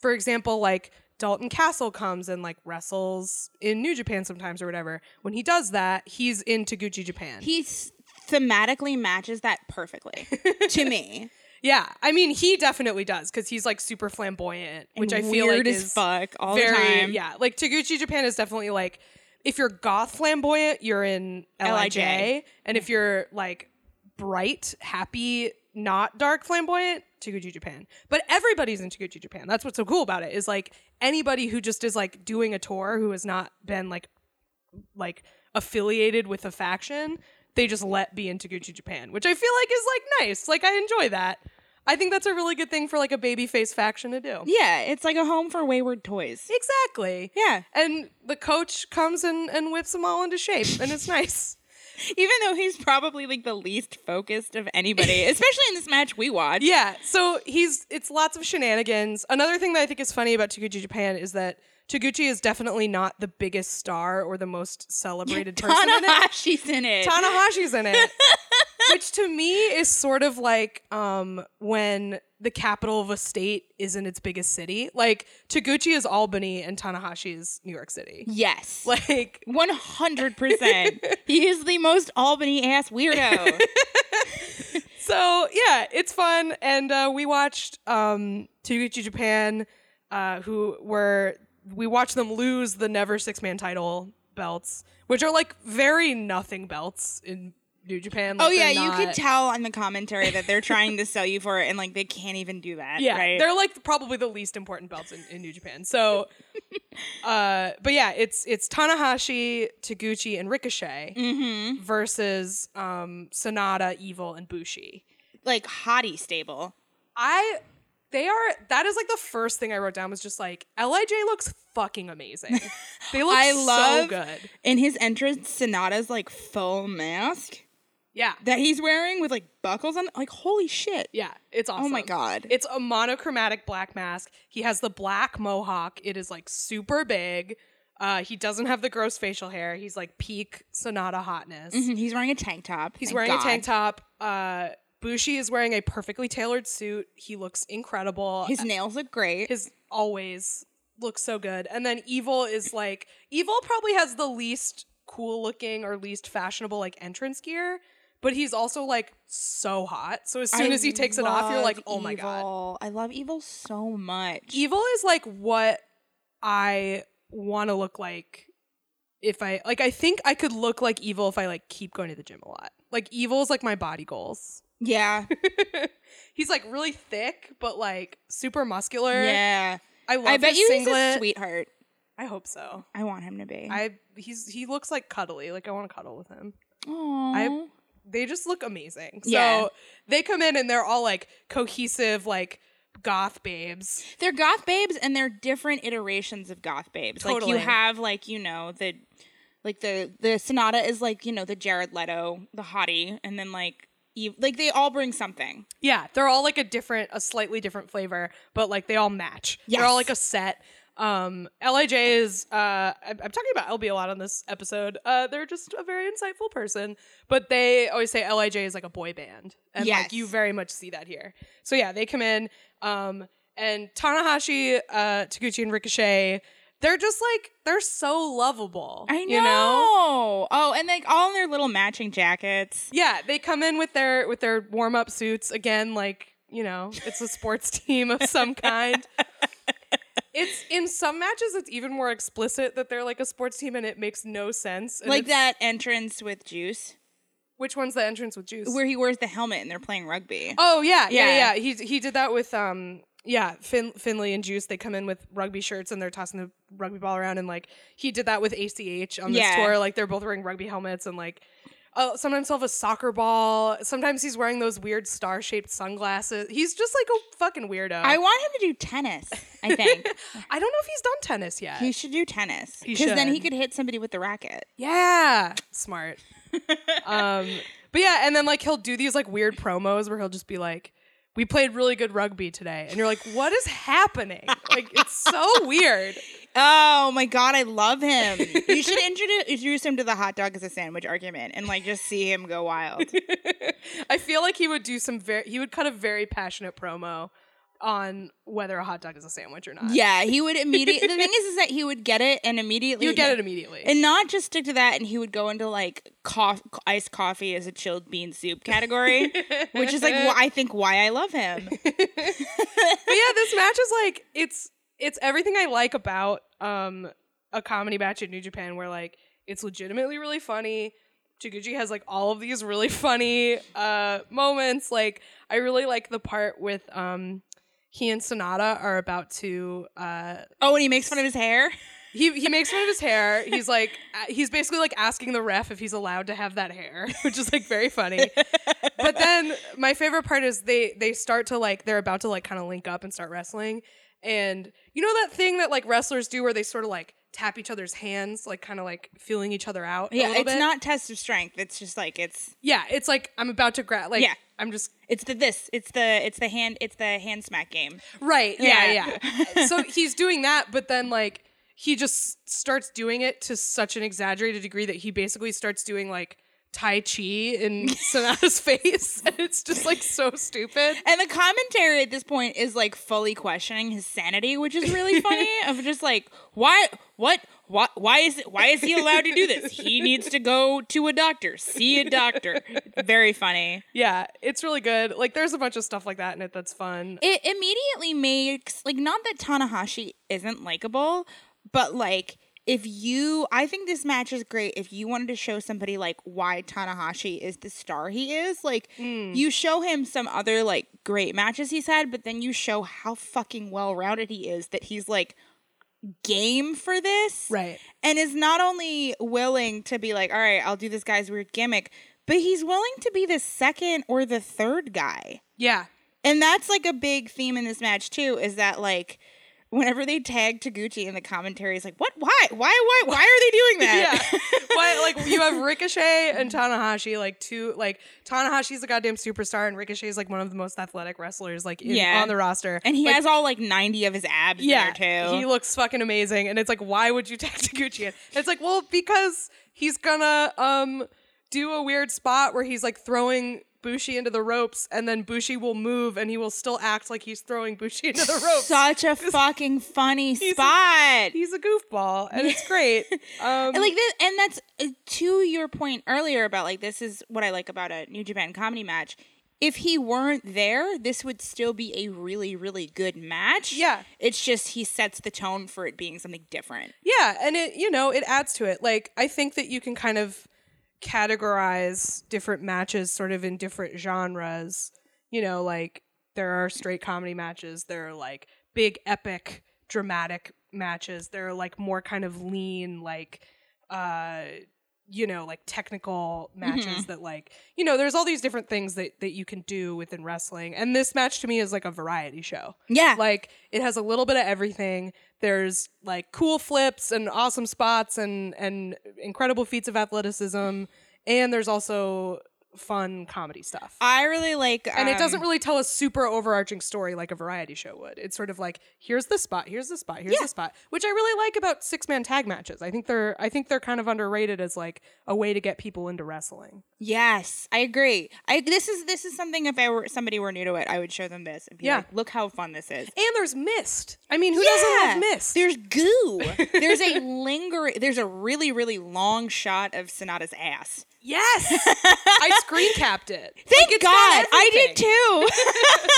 for example, like Dalton Castle comes and like wrestles in New Japan sometimes or whatever. When he does that, he's in Taguchi Japan. He's thematically matches that perfectly to me. yeah, I mean he definitely does because he's like super flamboyant, *laughs* which I feel Weird like as is fuck all very the time. yeah. Like Taguchi Japan is definitely like if you're goth flamboyant, you're in Lij, LIJ. and if you're like bright, happy, not dark flamboyant, Taguchi Japan. But everybody's in Taguchi Japan. That's what's so cool about it is like anybody who just is like doing a tour who has not been like like affiliated with a faction, they just let be in Taguchi Japan, which I feel like is like nice. Like I enjoy that. I think that's a really good thing for like a babyface faction to do. Yeah, it's like a home for wayward toys. *laughs* Exactly. Yeah. And the coach comes and, and whips them all into shape, and it's nice. Even though he's probably like the least focused of *laughs* anybody, especially in this match we watch. Yeah. So he's it's lots of shenanigans. Another thing that I think is funny about Taguchi Japan is that Taguchi is definitely not the biggest star or the most *laughs* celebrated person in it. Tanahashi's in it. Tanahashi's in it. Which to me is sort of like um, when the capital of a state isn't its biggest city. Like Taguchi is Albany and Tanahashi is New York City. yes. *laughs* Like *laughs* 100%. he is the most Albany ass weirdo. So yeah, it's fun, and uh, we watched um, Taguchi Japan, uh, who were we watched them lose the never six man title belts, which are like very nothing belts in New Japan. Like, oh, yeah, they're you could not- tell on the commentary that they're trying to sell you for it and like they can't even do that. Yeah, Right? they're like probably the least important belts in, in New Japan. *laughs* So, uh, but yeah, it's it's Tanahashi, Taguchi, and Ricochet Mm-hmm. versus um, Sonata, Evil, and Bushi. like hottie stable. I they are that is like the first thing I wrote down was just like Lij looks fucking *laughs* amazing. They look I so love- good. In his entrance, Sonata's like faux mask Yeah, that he's wearing with like buckles on. Like, holy shit. yeah, it's awesome. Oh my god. It's a monochromatic black mask. He has the black mohawk. It is like super big. Uh, he doesn't have the gross facial hair. He's like peak Sonata hotness. Mhm, He's wearing a tank top. He's wearing a tank top. Uh, Bushi is wearing a perfectly tailored suit. He looks incredible. His nails look great. his always looks so good. And then Evil is like Evil probably has the least cool looking or least fashionable like entrance gear, but he's also like so hot. So as soon I as he takes it off, you're love like, "Oh my god." Evil. I love evil so much. Evil is like what I want to look like if I like I think I could look like Evil if I like keep going to the gym a lot. Like Evil is like my body goals. *laughs* yeah. he's like really thick but like super muscular. yeah. I love I bet his you singlet. he's a sweetheart. I hope so. I want him to be. I he's he looks like cuddly. Like I want to cuddle with him. Aw. They just look amazing. So Yeah. they come in and they're all like cohesive, like goth babes. They're goth babes and they're different iterations of goth babes. Like you Totally. have like, you know, the like the the Sonata is like, you know, the Jared Leto, the hottie, and then like Eve, like they all bring something. Yeah, they're all like a different, a slightly different flavor, but like they all match. They're all Yes. like a set. Um, Lij is. Uh, I- I'm talking about LB a lot on this episode. Uh, they're just a very insightful person, but they always say Lij is like a boy band, and like Yes. you very much see that here. So yeah, they come in. Um, and Tanahashi, uh, Taguchi, and Ricochet. They're just like they're so lovable. I know. You know? Oh, and like all in their little matching jackets. Yeah, they come in with their with their warm up *laughs* suits again, like you know, it's a sports team of some kind. It's in some matches it's even more explicit that they're like a sports team and it makes no sense. and like it's- that entrance with Juice, Which one's the entrance with juice? where he wears the helmet and they're playing rugby. Oh yeah, yeah, Yeah. yeah. He he did that with um yeah fin- Finley and Juice. They come in with rugby shirts and they're tossing the rugby ball around and like he did that with ACH on this Yeah. tour. Like they're both wearing rugby helmets and like. Oh, sometimes he'll have a soccer ball. Sometimes he's wearing those weird star shaped sunglasses. He's just like a fucking weirdo. I want him to do tennis. *laughs* I think I don't know if he's done tennis yet. he should do tennis He because then he should. could hit somebody with the racket. Yeah, smart. um, but yeah, and then like he'll do these like weird promos where he'll just be like, "We played really good rugby today," and you're like, "What is happening?" Like it's so weird. Oh my god, I love him. you *laughs* should introduce, introduce him to the hot dog as a sandwich argument and like just see him go wild. I feel like he would do some very he would cut a very passionate promo on whether a hot dog is a sandwich or not. *laughs* yeah, he would immediately. The thing is, is that he would get it and immediately you would get it immediately. and not just stick to that and he would go into like cough, iced coffee as a chilled bean soup *laughs* category which is like wh- i think why i love *laughs* him but yeah, this match is like it's it's everything I like about um a comedy match at New Japan where like it's legitimately really funny. Chiguchi has like all of these really *laughs* funny uh moments. Like I really like the part with um he and Sonata are about to uh oh and he makes fun of his hair he he makes fun of his hair. He's like uh, he's basically like asking the ref if he's allowed to have that hair, *laughs* which is like very funny. but then my favorite part is they they start to like they're about to like kind of link up and start wrestling. And you know that thing that like wrestlers do where they sort of like tap each other's hands, like kind of like feeling each other out. a yeah little it's bit? not test of strength it's just like it's Yeah, it's like I'm about to grab. Like Yeah. I'm just it's the this it's the it's the hand it's the hand smack game Right. Yeah. Yeah. Yeah. *laughs* so he's doing that, but then like he just starts doing it to such an exaggerated degree that he basically starts doing like Tai Chi *laughs* in Sonata's face. And it's just like so stupid. and the commentary at this point is like fully questioning his sanity which is really funny of just like why what why, why is it why is he allowed to do this he needs to go to a doctor see a doctor very funny Yeah. It's really good. Like there's a bunch of stuff like that in it that's fun. it immediately makes like not that Tanahashi isn't likable, but like if you I think this match is great if you wanted to show somebody like why Tanahashi is the star he is, like you show him some other like great matches he's had, but then you show how fucking well-rounded he is that he's like game for this Right. and is not only willing to be like, all right, I'll do this guy's weird gimmick, but he's willing to be the second or the third guy. Yeah. And that's like a big theme in this match too, is that like whenever they tag Taguchi in the commentary, it's like, what? Why? Why? Why? Why are they doing *laughs* Yeah. that? Why, like you have Ricochet and Tanahashi, like two like Tanahashi's a goddamn superstar and Ricochet's like one of the most athletic wrestlers like in, Yeah. on the roster. *laughs* and he Like, has all like ninety of his abs there too. He looks fucking amazing. And it's like, why would you *laughs* tag Taguchi in? It's like, well, because he's gonna um do a weird spot where he's like throwing Bushi into the ropes and then Bushi will move and he will still act like he's throwing Bushi into *laughs* the ropes. Such a fucking funny spot. he's a goofball and it's *laughs* great. Um And, like this, and that's uh, to your point earlier about like this is what I like about a New Japan comedy match. If he weren't there, this would still be a really, really good match. Yeah. It's just he sets the tone for it being something different. Yeah, and it you know it adds to it. Like I think that you can kind of categorize different matches sort of in different genres. You know, like there are straight comedy matches. There are like big epic dramatic matches. There are like more kind of lean like. uh you know like technical matches that like you know there's all these different things that that you can do within wrestling and this match to me is like a variety show Yeah. like it has a little bit of everything there's like cool flips and awesome spots and and incredible feats of athleticism and there's also fun comedy stuff I really like, and it um, doesn't really tell a super overarching story like a variety show would. It's sort of like here's the spot, here's the spot, here's the spot, which I really like about six man tag matches. I think they're I think they're kind of underrated as like a way to get people into wrestling. Yes, I agree. I this is this is something if I were somebody were new to it, I would show them this. And be Yeah. like, look how fun this is. And there's mist. I mean, who doesn't love mist? *laughs* There's goo. There's a lingering. There's a really really long shot of Sonata's ass. yes, I screen capped it. Thank it's got God, I did everything.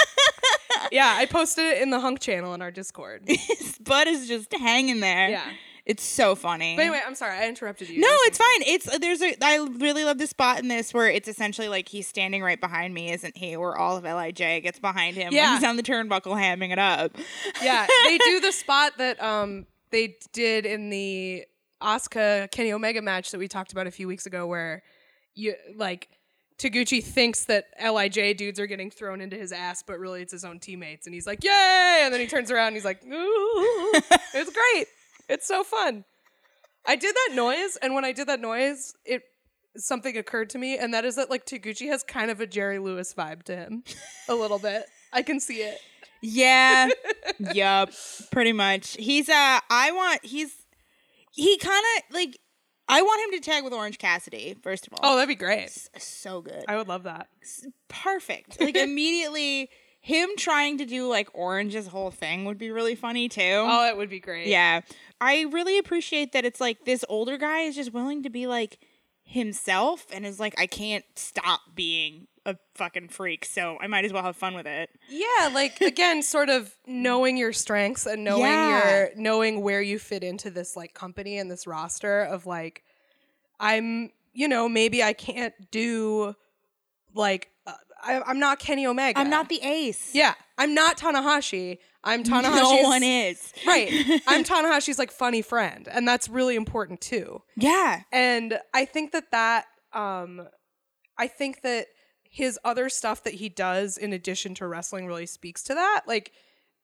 too. yeah, I posted it in the Hunk channel in our Discord. *laughs* His butt is just hanging there. Yeah. It's so funny. But anyway, I'm sorry, I interrupted you. No, You're it's fine. It's there's a I really love the spot in this where it's essentially like he's standing right behind me, isn't he? Where all of Lij gets behind him. Yeah. when he's on the turnbuckle hamming it up. *laughs* yeah, they do the spot that um they did in the Asuka Kenny Omega match that we talked about a few weeks ago, where you like Taguchi thinks that Lij dudes are getting thrown into his ass, but really it's his own teammates, and he's like, "Yay!" And then he turns around and he's like, "Ooh, it's great, it's so fun." I did that noise, and when I did that noise, it something occurred to me, and that is that like Taguchi has kind of a Jerry Lewis vibe to him, a little bit. I can see it. *laughs* Yeah. yup. Pretty much. He's uh I want he's he kind of like I want him to tag with Orange Cassidy first of all. Oh, that'd be great. so good. I would love that. *laughs* Perfect. Like immediately him trying to do like Orange's whole thing would be really funny too. Oh, it would be great. Yeah. I really appreciate that it's like this older guy is just willing to be like himself and is like, I can't stop being a fucking freak, so I might as well have fun with it. Yeah, like again, sort of knowing your strengths and knowing Yeah. your knowing where you fit into this like company and this roster of like I'm, you know, maybe I can't do like uh, I, I'm not Kenny Omega. I'm not the ace. Yeah, I'm not Tanahashi. I'm Tanahashi's *laughs* No one is. *laughs* right. *laughs* I'm Tanahashi's like funny friend, and that's really important too. Yeah. and i think that that um i think that his other stuff that he does in addition to wrestling really speaks to that like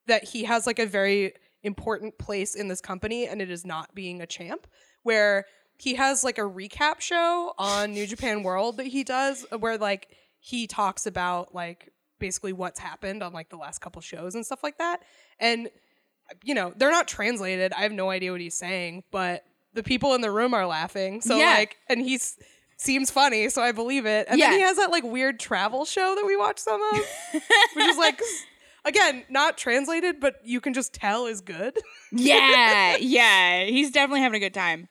that he has like a very important place in this company and it is not being a champ where he has like a recap show on new japan world that he does where like he talks about like basically what's happened on like the last couple shows and stuff like that and you know, they're not translated. I have no idea what he's saying, but the people in the room are laughing. So Yeah. like, and he's seems funny, so I believe it. And Yeah. then he has that like weird travel show that we watch some *laughs* of, which is like, s- again, not translated, but you can just tell is good. yeah, yeah. He's definitely having a good time.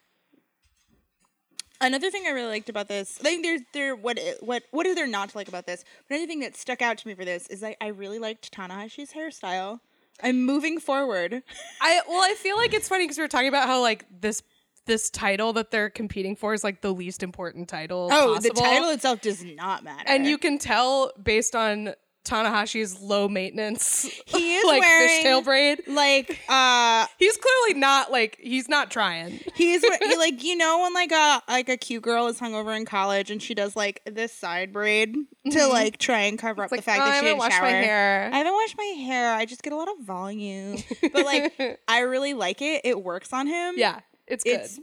Another thing I really liked about this, like there's there what what what is there not to like about this? But another thing that stuck out to me for this is like I really liked Tanahashi's hairstyle. I'm moving forward. I well, I feel like it's funny because we were talking about how like this this title that they're competing for is like the least important title. Oh, the possible. title itself does not matter. and you can tell based on Tanahashi's low *laughs* maintenance, He is like wearing- fishtail braid. like uh He's clearly not like he's not trying. he's wear- he, like you know when like a like a cute girl is hungover in college and she does like this side braid to like try and cover up Like the fact "Oh, that I she haven't didn't washed shower. my hair. I haven't washed my hair. I just get a lot of volume. But like *laughs* I really like it. It works on him. yeah, it's good. It's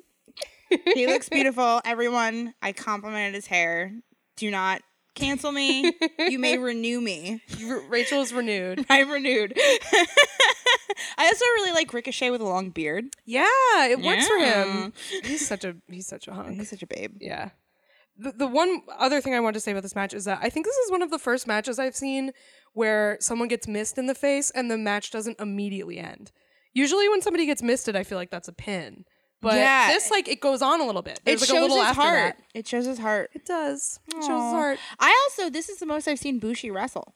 he looks beautiful. Everyone, I complimented his hair. Do not cancel me. you *laughs* may renew me. *laughs* R- Rachel is renewed. I'm renewed. *laughs* I also really like Ricochet with a long beard. *laughs* Yeah, it works for him. He's such a he's such a hunk. He's such a babe. Yeah. The, the one other thing I want to say about this match is that I think this is one of the first matches I've seen where someone gets missed in the face and the match doesn't immediately end. Usually, when somebody gets misted, I feel like that's a pin. But Yeah. this, like, it goes on a little bit. There's, like, a little after that. It shows his heart. It does. It shows his Aw. heart. I also this is the most I've seen Bushi wrestle.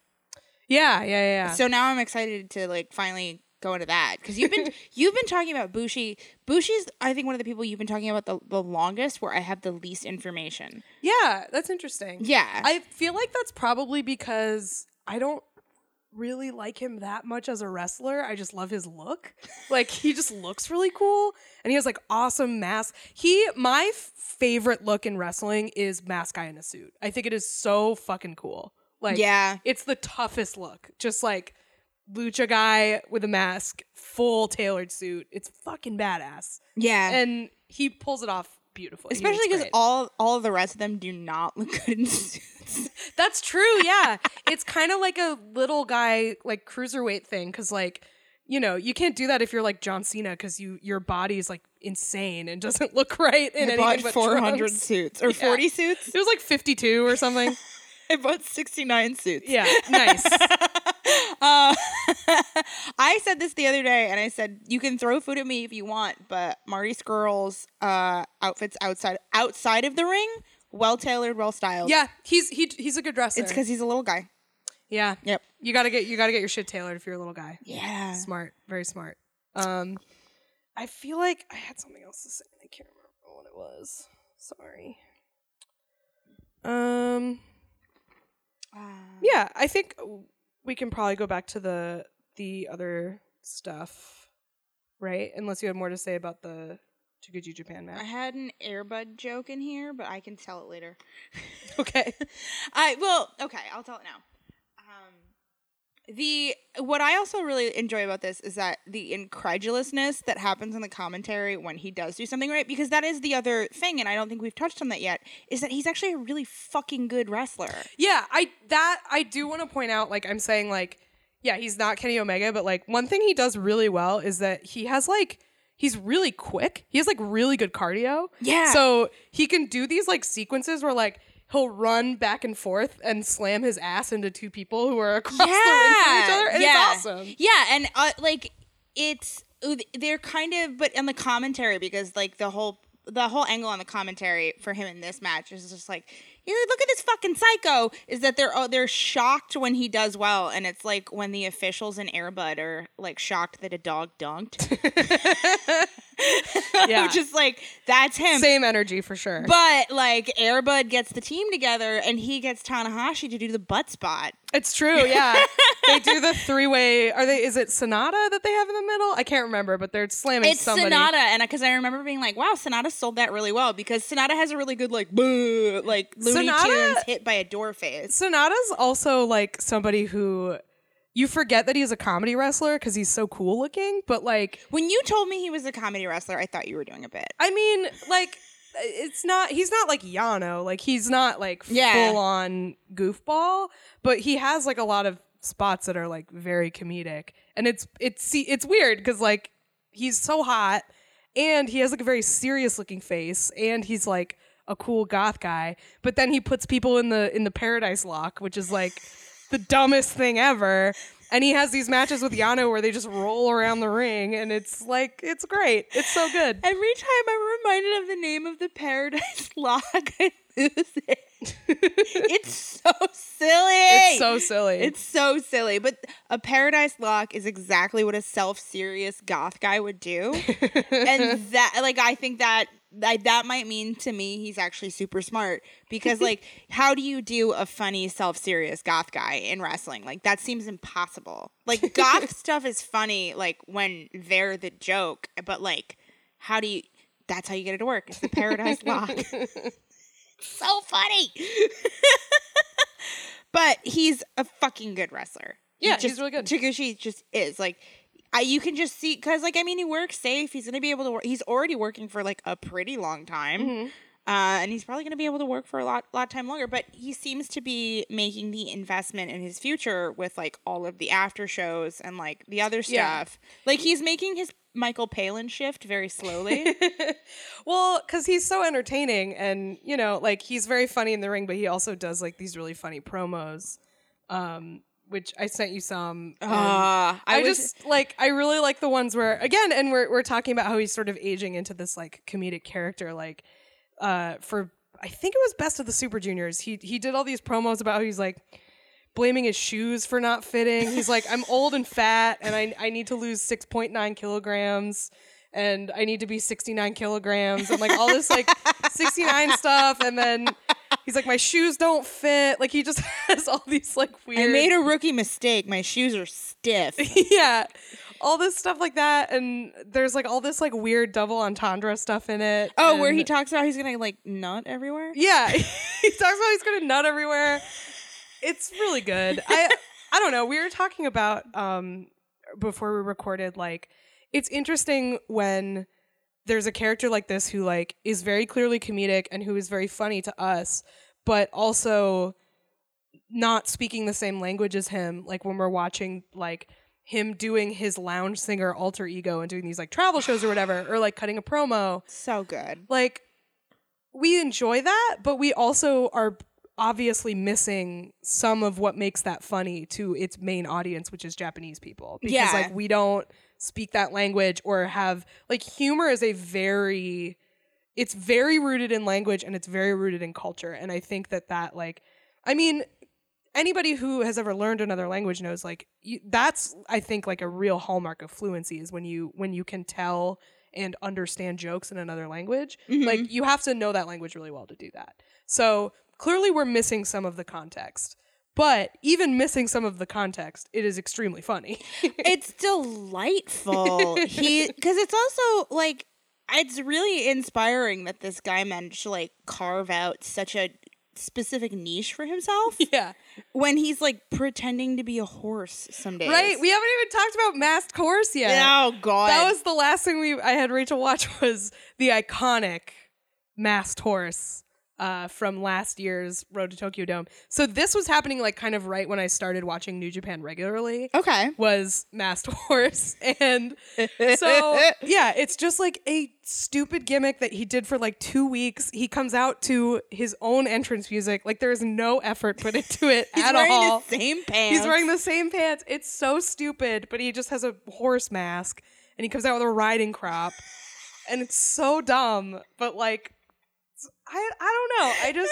Yeah, yeah, yeah. yeah. So now I'm excited to like finally go into that because you've *laughs* been you've been talking about Bushi. Bushi's I think one of the people you've been talking about the, the longest where I have the least information. Yeah, that's interesting. Yeah. I feel like that's probably because I don't really like him that much as a wrestler. I just love his look. Like he just looks really cool and he has like awesome mask. He my f- favorite look in wrestling is mask guy in a suit. I think it is so fucking cool. Like Yeah. it's the toughest look. Just like lucha guy with a mask, full tailored suit. It's fucking badass. yeah. And he pulls it off beautifully. He Especially looks because great. all all of the rest of them do not look *laughs* good in suits. That's true. Yeah. it's kind of like a little guy like cruiserweight thing cuz like you know, you can't do that if you're like John Cena cuz you your body is like insane and doesn't look *laughs* right in I anything bought but 400 trunks. suits or 40 suits. *laughs* It was like 52 or something. I bought 69 suits. yeah. Nice. Uh, *laughs* I said this the other day, and I said you can throw food at me if you want, but Marty Skrull's uh, outfits outside outside of the ring, well tailored, well styled. Yeah, he's he, he's a good dresser. it's because he's a little guy. Yeah. Yep. You gotta get you gotta get your shit tailored if you're a little guy. Yeah. Smart, very smart. Um, I feel like I had something else to say. and I can't remember what it was. Sorry. Um. Uh, Yeah, I think we can probably go back to the the other stuff, right? Unless you had more to say about the Toguchi Japan I match. had an airbud joke in here, but I can tell it *laughs* later. Okay. I well, okay, I'll tell it now. Um, the what I also really enjoy about this is that the incredulousness that happens in the commentary when he does do something right, because that is the other thing, and I don't think we've touched on that yet, is that he's actually a really fucking good wrestler. Yeah, I that I do want to point out. Like I'm saying, like yeah, he's not Kenny Omega, but like one thing he does really well is that he has like he's really quick. He has like really good cardio. Yeah. So he can do these like sequences where like he'll run back and forth and slam his ass into two people who are across the ring from each other, and yeah. it's awesome. Yeah, and uh, like it's uh, they're kind of but in the commentary because like the whole the whole angle on the commentary for him in this match is just like you know, look at this fucking psycho is that they're oh, they're shocked when he does well and it's like when the officials in Airbud are like shocked that a dog dunked. *laughs* *laughs* Yeah. just like that's *laughs* him. Same energy for sure. But like Airbud gets the team together and he gets Tanahashi to do the butt spot. It's *laughs* true, yeah. they do the three way. Are they? Is it Sonata that they have in the middle? I can't remember, but they're slamming It's somebody. Sonata, and because I remember being like, "Wow, Sonata sold that really well." Because Sonata has a really good like, boo, like Looney Sonata- Tunes hit by a door face. Sonata's also like somebody who you forget that he's a comedy wrestler because he's so cool looking, but like When you told me he was a comedy wrestler, I thought you were doing a bit. I mean, like it's not he's not like Yano, like he's not like Yeah. full on goofball, but he has like a lot of spots that are like very comedic. And it's it's see it's weird cuz like he's so hot and he has like a very serious looking face and he's like a cool goth guy, but then he puts people in the in the paradise lock, which is like the dumbest thing ever. And he has these matches with Yano where they just roll around the ring and it's like it's great. It's so good. Every time I'm reminded of the name of the Paradise *laughs* Lock, I lose it. *laughs* it's so silly. It's so silly. It's so silly, but a paradise lock is exactly what a self-serious goth guy would do. and that like I think that I, that might mean to me he's actually super smart because like how do you do a funny self-serious goth guy in wrestling? Like that seems impossible. Like goth stuff is funny like when they're the joke, but like how do you that's how you get it to work. It's the paradise lock. so funny. *laughs* but he's a fucking good wrestler. He Yeah, he's just, really good. Taguchi just is like, I, you can just see because like I mean he works safe. He's gonna be able to. work. He's already working for like a pretty long time. Mm-hmm. Uh, and he's probably going to be able to work for a lot, lot time longer. But he seems to be making the investment in his future with like all of the after shows and like the other stuff. Yeah. Like he's making his Michael Palin shift *laughs* very slowly. well, because he's so entertaining, and you know, like he's very funny in the ring, but he also does like these really funny promos, um, which I sent you some. and Ah, Um, I, wish- just like I really like the ones where again, and we're we're talking about how he's sort of aging into this like comedic character, like uh, for I think it was Best of the Super Juniors. He he did all these promos about how he's like blaming his shoes for not fitting. He's like, I'm old and fat, and I I need to lose six point nine kilograms. And I need to be 69 kilograms and like all this like 69 stuff. And then he's like, my shoes don't fit. Like he just *laughs* has all these like weird. I made a rookie mistake. My shoes are stiff. *laughs* yeah all this stuff like that and there's like all this like weird double entendre stuff in it Oh, and- where he talks about he's gonna like nut everywhere. yeah *laughs* he talks about he's gonna nut everywhere it's really good i i don't know we were talking about um before we recorded like it's interesting when there's a character like this who like is very clearly comedic and who is very funny to us but also not speaking the same language as him like when we're watching like him doing his lounge singer alter ego and doing these like travel shows or whatever or like cutting a promo *laughs* So good. like we enjoy that but we also are obviously missing some of what makes that funny to its main audience which is japanese people because Yeah. like we don't speak that language or have like humor is a very it's very rooted in language and it's very rooted in culture and i think that that like i mean anybody who has ever learned another language knows like you, that's I think like a real hallmark of fluency is when you when you can tell and understand jokes in another language. Like you have to know that language really well to do that. So clearly we're missing some of the context. But even missing some of the context, it is extremely funny. *laughs* it's delightful. he because it's also like it's really inspiring that this guy managed to like carve out such a specific niche for himself yeah. when he's like pretending to be a horse some days. Right? We haven't even talked about masked horse yet. oh god. that was the last thing we I had Rachel watch *laughs* was the iconic masked horse uh, from last year's Road to Tokyo Dome. So this was happening like kind of right when I started watching New Japan regularly. okay. Was masked *laughs* horse and *laughs* so yeah, it's just like a stupid gimmick that he did for like two weeks. He comes out to his own entrance music, like there is no effort put into it *laughs* He's at wearing all. the same pants. He's *laughs* *laughs* wearing the same pants. It's so stupid, but he just has a horse mask and he comes out with a riding *laughs* crop. and it's so dumb, but like I I don't know. I *laughs* just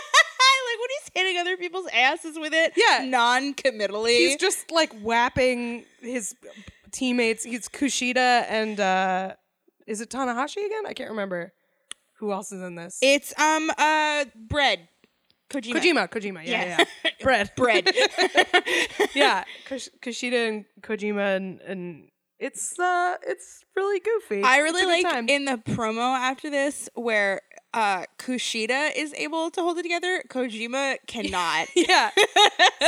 like when he's hitting other people's asses with it. Yeah. Non-committally. he's just like whapping his teammates. He's Kushida and uh is it Tanahashi again? I can't remember. Who else is in this? it's um uh bread. Kojima. Kojima, Kojima, yeah, yeah. Yeah. yeah. Bread. *laughs* Bread. yeah. Kush- Kushida and Kojima and, and it's uh it's really goofy. I It's really a good like time. in the promo after this where uh Kushida is able to hold it together, Kojima cannot. *laughs* yeah.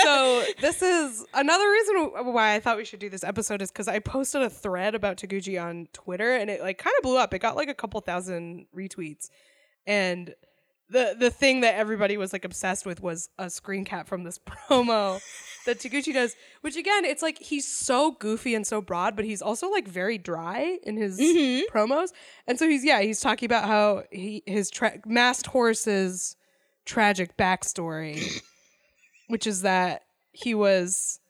So this is another reason w- why I thought we should do this episode is because I posted a thread about Taguchi on Twitter and it like kind of blew up. It got like a couple thousand retweets, and the the thing that everybody was like obsessed with was a screen cap from this *laughs* promo that Taguchi does. Which again, it's like he's so goofy and so broad, but he's also like very dry in his promos. And so he's yeah, he's talking about how he his tra- masked horses tragic backstory, which is that he was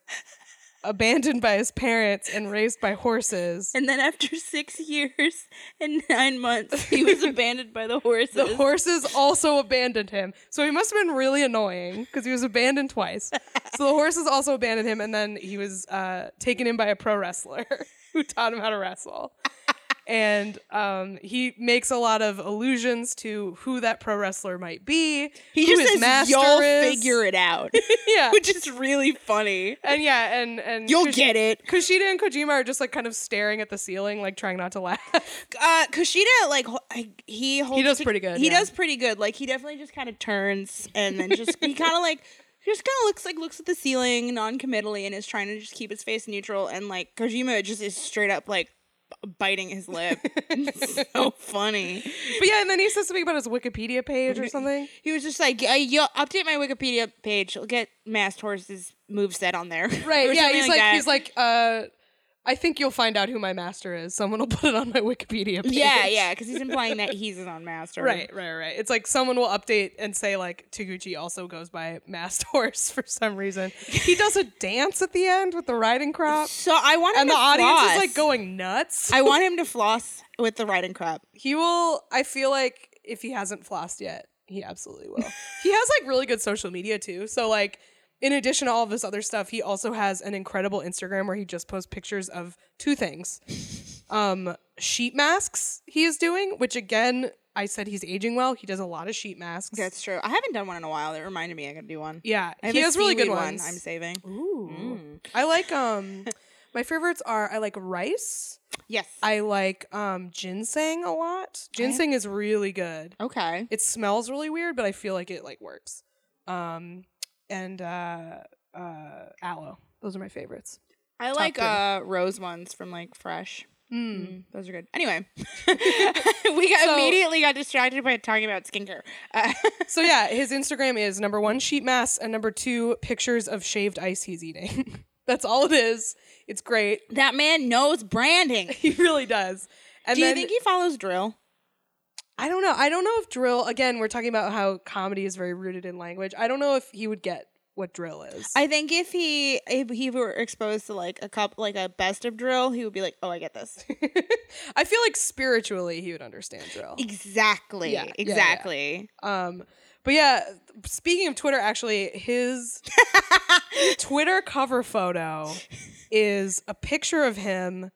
abandoned by his parents and raised by horses. and then after six years and nine months, *laughs* he was abandoned by the horses. The horses also abandoned him. So he must have been really annoying because he was abandoned twice. So the horses also abandoned him, and then he was uh, taken in by a pro wrestler *laughs* who taught him how to wrestle. And um, he makes a lot of allusions to who that pro wrestler might be. he who just his says, master "Y'all is." figure it out," *laughs* Yeah. which is really funny. And yeah, and and You'll Kush- get it. Kushida and Kojima are just like kind of staring at the ceiling, like trying not to laugh. *laughs* uh Kushida like ho- I- he holds does it to- pretty good, He yeah. does pretty good. Like he definitely just kind of turns and then just he kind of like just kind of looks like looks at the ceiling non-committally and is trying to just keep his face neutral and like Kojima just is straight up like b- biting his lip. *laughs* It's so funny. But yeah, and then he says something about his Wikipedia page or something. He was just like, I, yo, update my Wikipedia page. I'll get Mast Horse's moveset on there. *laughs* Or yeah, something he's like, that. he's like, uh, I think you'll find out who my master is. Someone will *laughs* put it on my Wikipedia page. yeah, yeah, because he's implying that he's his own *laughs* master. Right, right, right. It's like someone will update and say like Taguchi also goes by *laughs* Mast Horse for some reason. He does a dance at the end with the riding *laughs* crop, So I want him and the to audience is floss. like going nuts. I want him to floss with the riding crop. He will. I feel like if he hasn't flossed yet, he absolutely *laughs* will. he has like really good social media too. So like, in addition to all of this other stuff, he also has an incredible Instagram where he just posts pictures of two things: *laughs* um, sheet masks he is doing, which again I said he's aging well. He does a lot of sheet masks. That's true. I haven't done one in a while. That reminded me I gotta do one. yeah, I have he a has really good seaweed one ones. I'm Mm. saving. Ooh. I like *laughs* um, my favorites are I like rice. Yes. I like um ginseng a lot. Ginseng is really good. okay. it smells really weird, but I feel like it like works. Um, and uh, uh, aloe. Those are my favorites. I like three. uh rose ones from like fresh. Mm, those are good. *laughs* Anyway, we got immediately got distracted by talking about skincare. Uh, *laughs* *laughs* So yeah, his Instagram is number one sheet masks and number two pictures of shaved ice he's eating. *laughs* That's all it is. It's great. *laughs* that man knows branding. He really does. And Do you then think he follows drill? I don't know. I don't know if drill. Again, we're talking about how comedy is very rooted in language. I don't know if he would get what drill is. I think if he if he were exposed to like a cup like a best of drill, he would be like, "Oh, I get this." I feel like spiritually he would understand drill. exactly. Yeah, yeah, yeah. exactly. Um, But yeah, speaking of Twitter, actually, his Twitter cover photo is a picture of him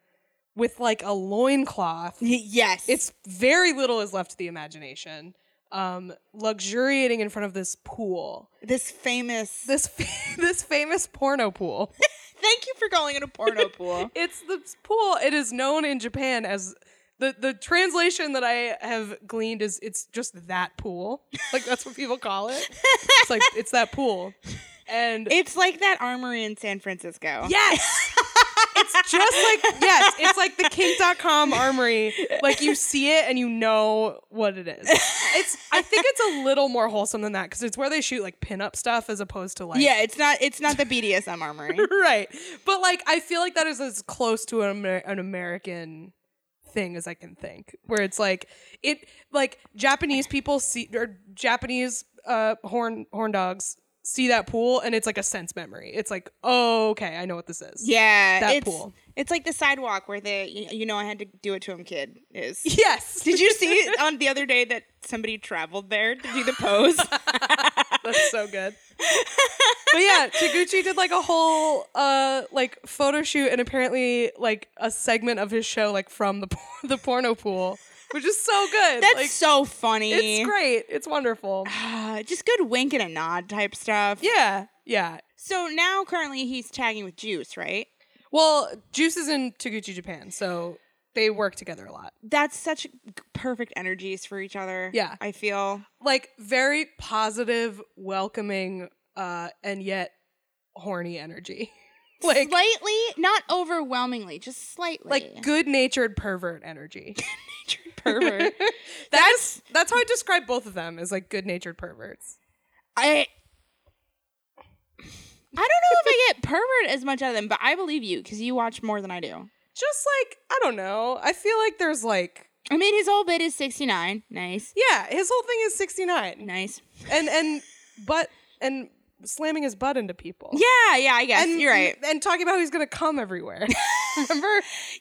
with like a loincloth. yes. It's very little is left to the imagination. Um, luxuriating in front of this pool, this famous. this *laughs* this famous porno pool. Thank you for calling it a *laughs* porno pool. It's the pool. It is known in Japan as the the translation that I have gleaned is it's just that pool. Like that's what people call it. It's like it's that pool. And It's like that armory in San Francisco. yes. It's just like yes, it's like the kink.com armory. Like you see it and you know what it is. It's I think it's a little more wholesome than that cuz it's where they shoot like pinup stuff as opposed to like Yeah, it's not it's not the BDSM *laughs* armory. right. But like, I feel like that is as close to an, Amer- an American thing as I can think, where it's like it like Japanese people see or Japanese uh horn horn dogs see that pool and it's like a sense memory. It's like, oh, okay, I know what this is. Yeah, That it's, pool. It's like the sidewalk where the you- you know I had to do it to him kid *laughs* is. *laughs* Yes. Did you see it on the other day that somebody traveled there to *laughs* do the pose? That's so good. but yeah, Chiguchi did like a whole uh like photo shoot and apparently like a segment of his show like from the *laughs* por- the porno pool, which is so good. That's like, so funny. It's great. It's wonderful. Ah, *sighs* just good wink and a nod type stuff. Yeah. Yeah. So now currently he's tagging with Juice, right? Well, Juice is in Taguchi, Japan, so they work together a lot. That's such perfect energies for each other. Yeah. I feel. Like very positive, welcoming, uh, and yet horny energy. *laughs* like slightly, not overwhelmingly, just slightly. like good natured pervert energy. *laughs* pervert. that's that's how I describe both of them as like good natured perverts. I I don't know if I get pervert as much out of them, but I believe you because you watch more than I do. Just like I don't know. I feel like there's like I mean, his whole bit is sixty nine. Nice, yeah, his whole thing is sixty nine, nice. and and butt and slamming his butt into people. Yeah, yeah, I guess and *laughs* you're right. And talking about he's gonna come *laughs* everywhere. Remember?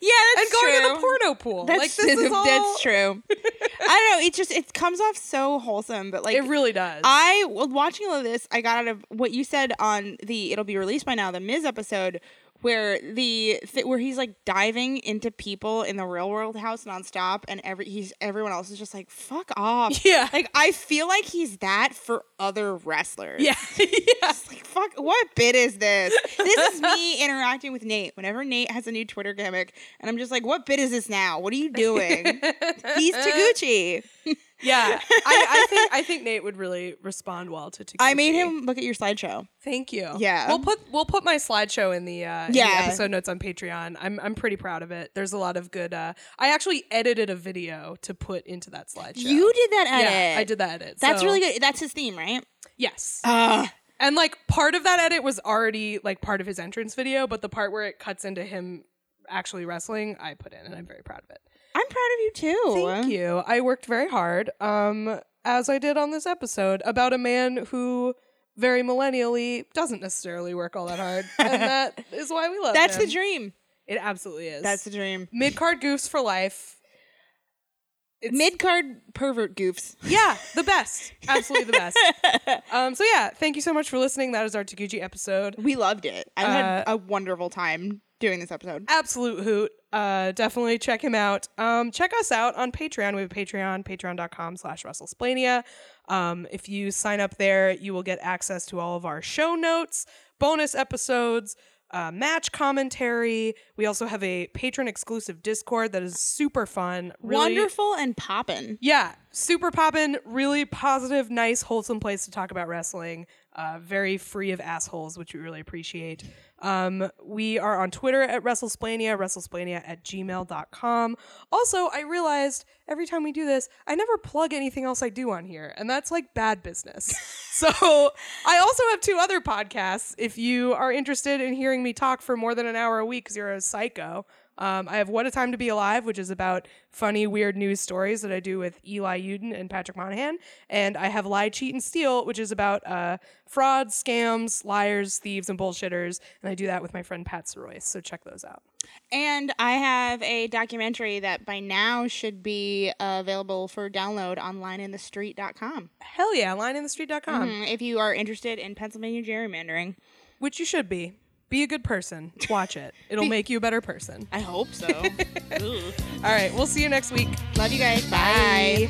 Yeah, and that's going true. to the porno pool. *laughs* That's, like this is all. *laughs* that's true. I don't know. It just it comes off so wholesome, but like It really does. I was watching all of this. I got out of what you said on the it'll be released by now the Miz episode where the th- where he's like diving into people in the real world house nonstop, and every he's everyone else is just like fuck *laughs* off. yeah. Like I feel like he's that for other wrestlers. *laughs* yeah. *laughs* yeah. It's like fuck. What bit is this? This is me *laughs* interacting with Nate. Whenever Nate has a new Twitter gimmick, and I'm just like, what bit is this now? What are you *laughs* doing? he's Taguchi. Yeah. *laughs* I, I think I think Nate would really respond well to Taguchi. I made him look at your slideshow. Thank you. Yeah. We'll put we'll put my slideshow in the uh in the Yeah. episode notes on Patreon. I'm I'm pretty proud of it. There's a lot of good uh I actually edited a video to put into that slideshow. You did that edit. yeah, I did that edit. That's So, really good. That's his theme, right? Yes. Uh, And like part of that edit was already like part of his entrance video, but the part where it cuts into him actually wrestling, I put in and I'm very proud of it. I'm proud of you too. Thank you. I worked very hard, um, as I did on this episode, about a man who very millennially doesn't necessarily work all that *laughs* hard. and that is why we love That's him. the dream. It absolutely is. That's the dream. mid card goofs for life. It's- Mid card pervert goofs. *laughs* Yeah, the best. Absolutely the best. *laughs* um, so yeah, thank you so much for listening. That is our Taguchi episode. We loved it. I had a wonderful time doing this episode. absolute hoot. Uh, definitely check him out. Um, check us out on Patreon. We have a Patreon, patreon.com slash WrestleSplania. Um, if you sign up there, you will get access to all of our show notes, bonus episodes, uh, match commentary. We also have a patron exclusive Discord that is super fun. Really, Wonderful and poppin'. yeah, super poppin', really positive, nice, wholesome place to talk about wrestling. Uh, very free of assholes, which we really appreciate. Um, we are on Twitter at WrestleSplania, WrestleSplania at gmail.com. Also, I realized every time we do this, I never plug anything else I do on here, and that's like bad business. so I also have two other podcasts. If you are interested in hearing me talk for more than an hour a week because you're a psycho, um, I have What a Time to Be Alive, which is about funny, weird news stories that I do with Eli Uden and Patrick Monahan. And I have Lie, Cheat, and Steal, which is about uh, fraud, scams, liars, thieves, and bullshitters. And I do that with my friend Pat Sorois. So check those out. And I have a documentary that by now should be uh, available for download on lineinthestreet.com. Hell yeah, lineinthestreet.com, Mm, If you are interested in Pennsylvania gerrymandering, which you should be. Be a good person. Watch *laughs* it. It'll make you a better person. *laughs* I hope so. Ugh. All right, we'll see you next week. Love you guys. Bye.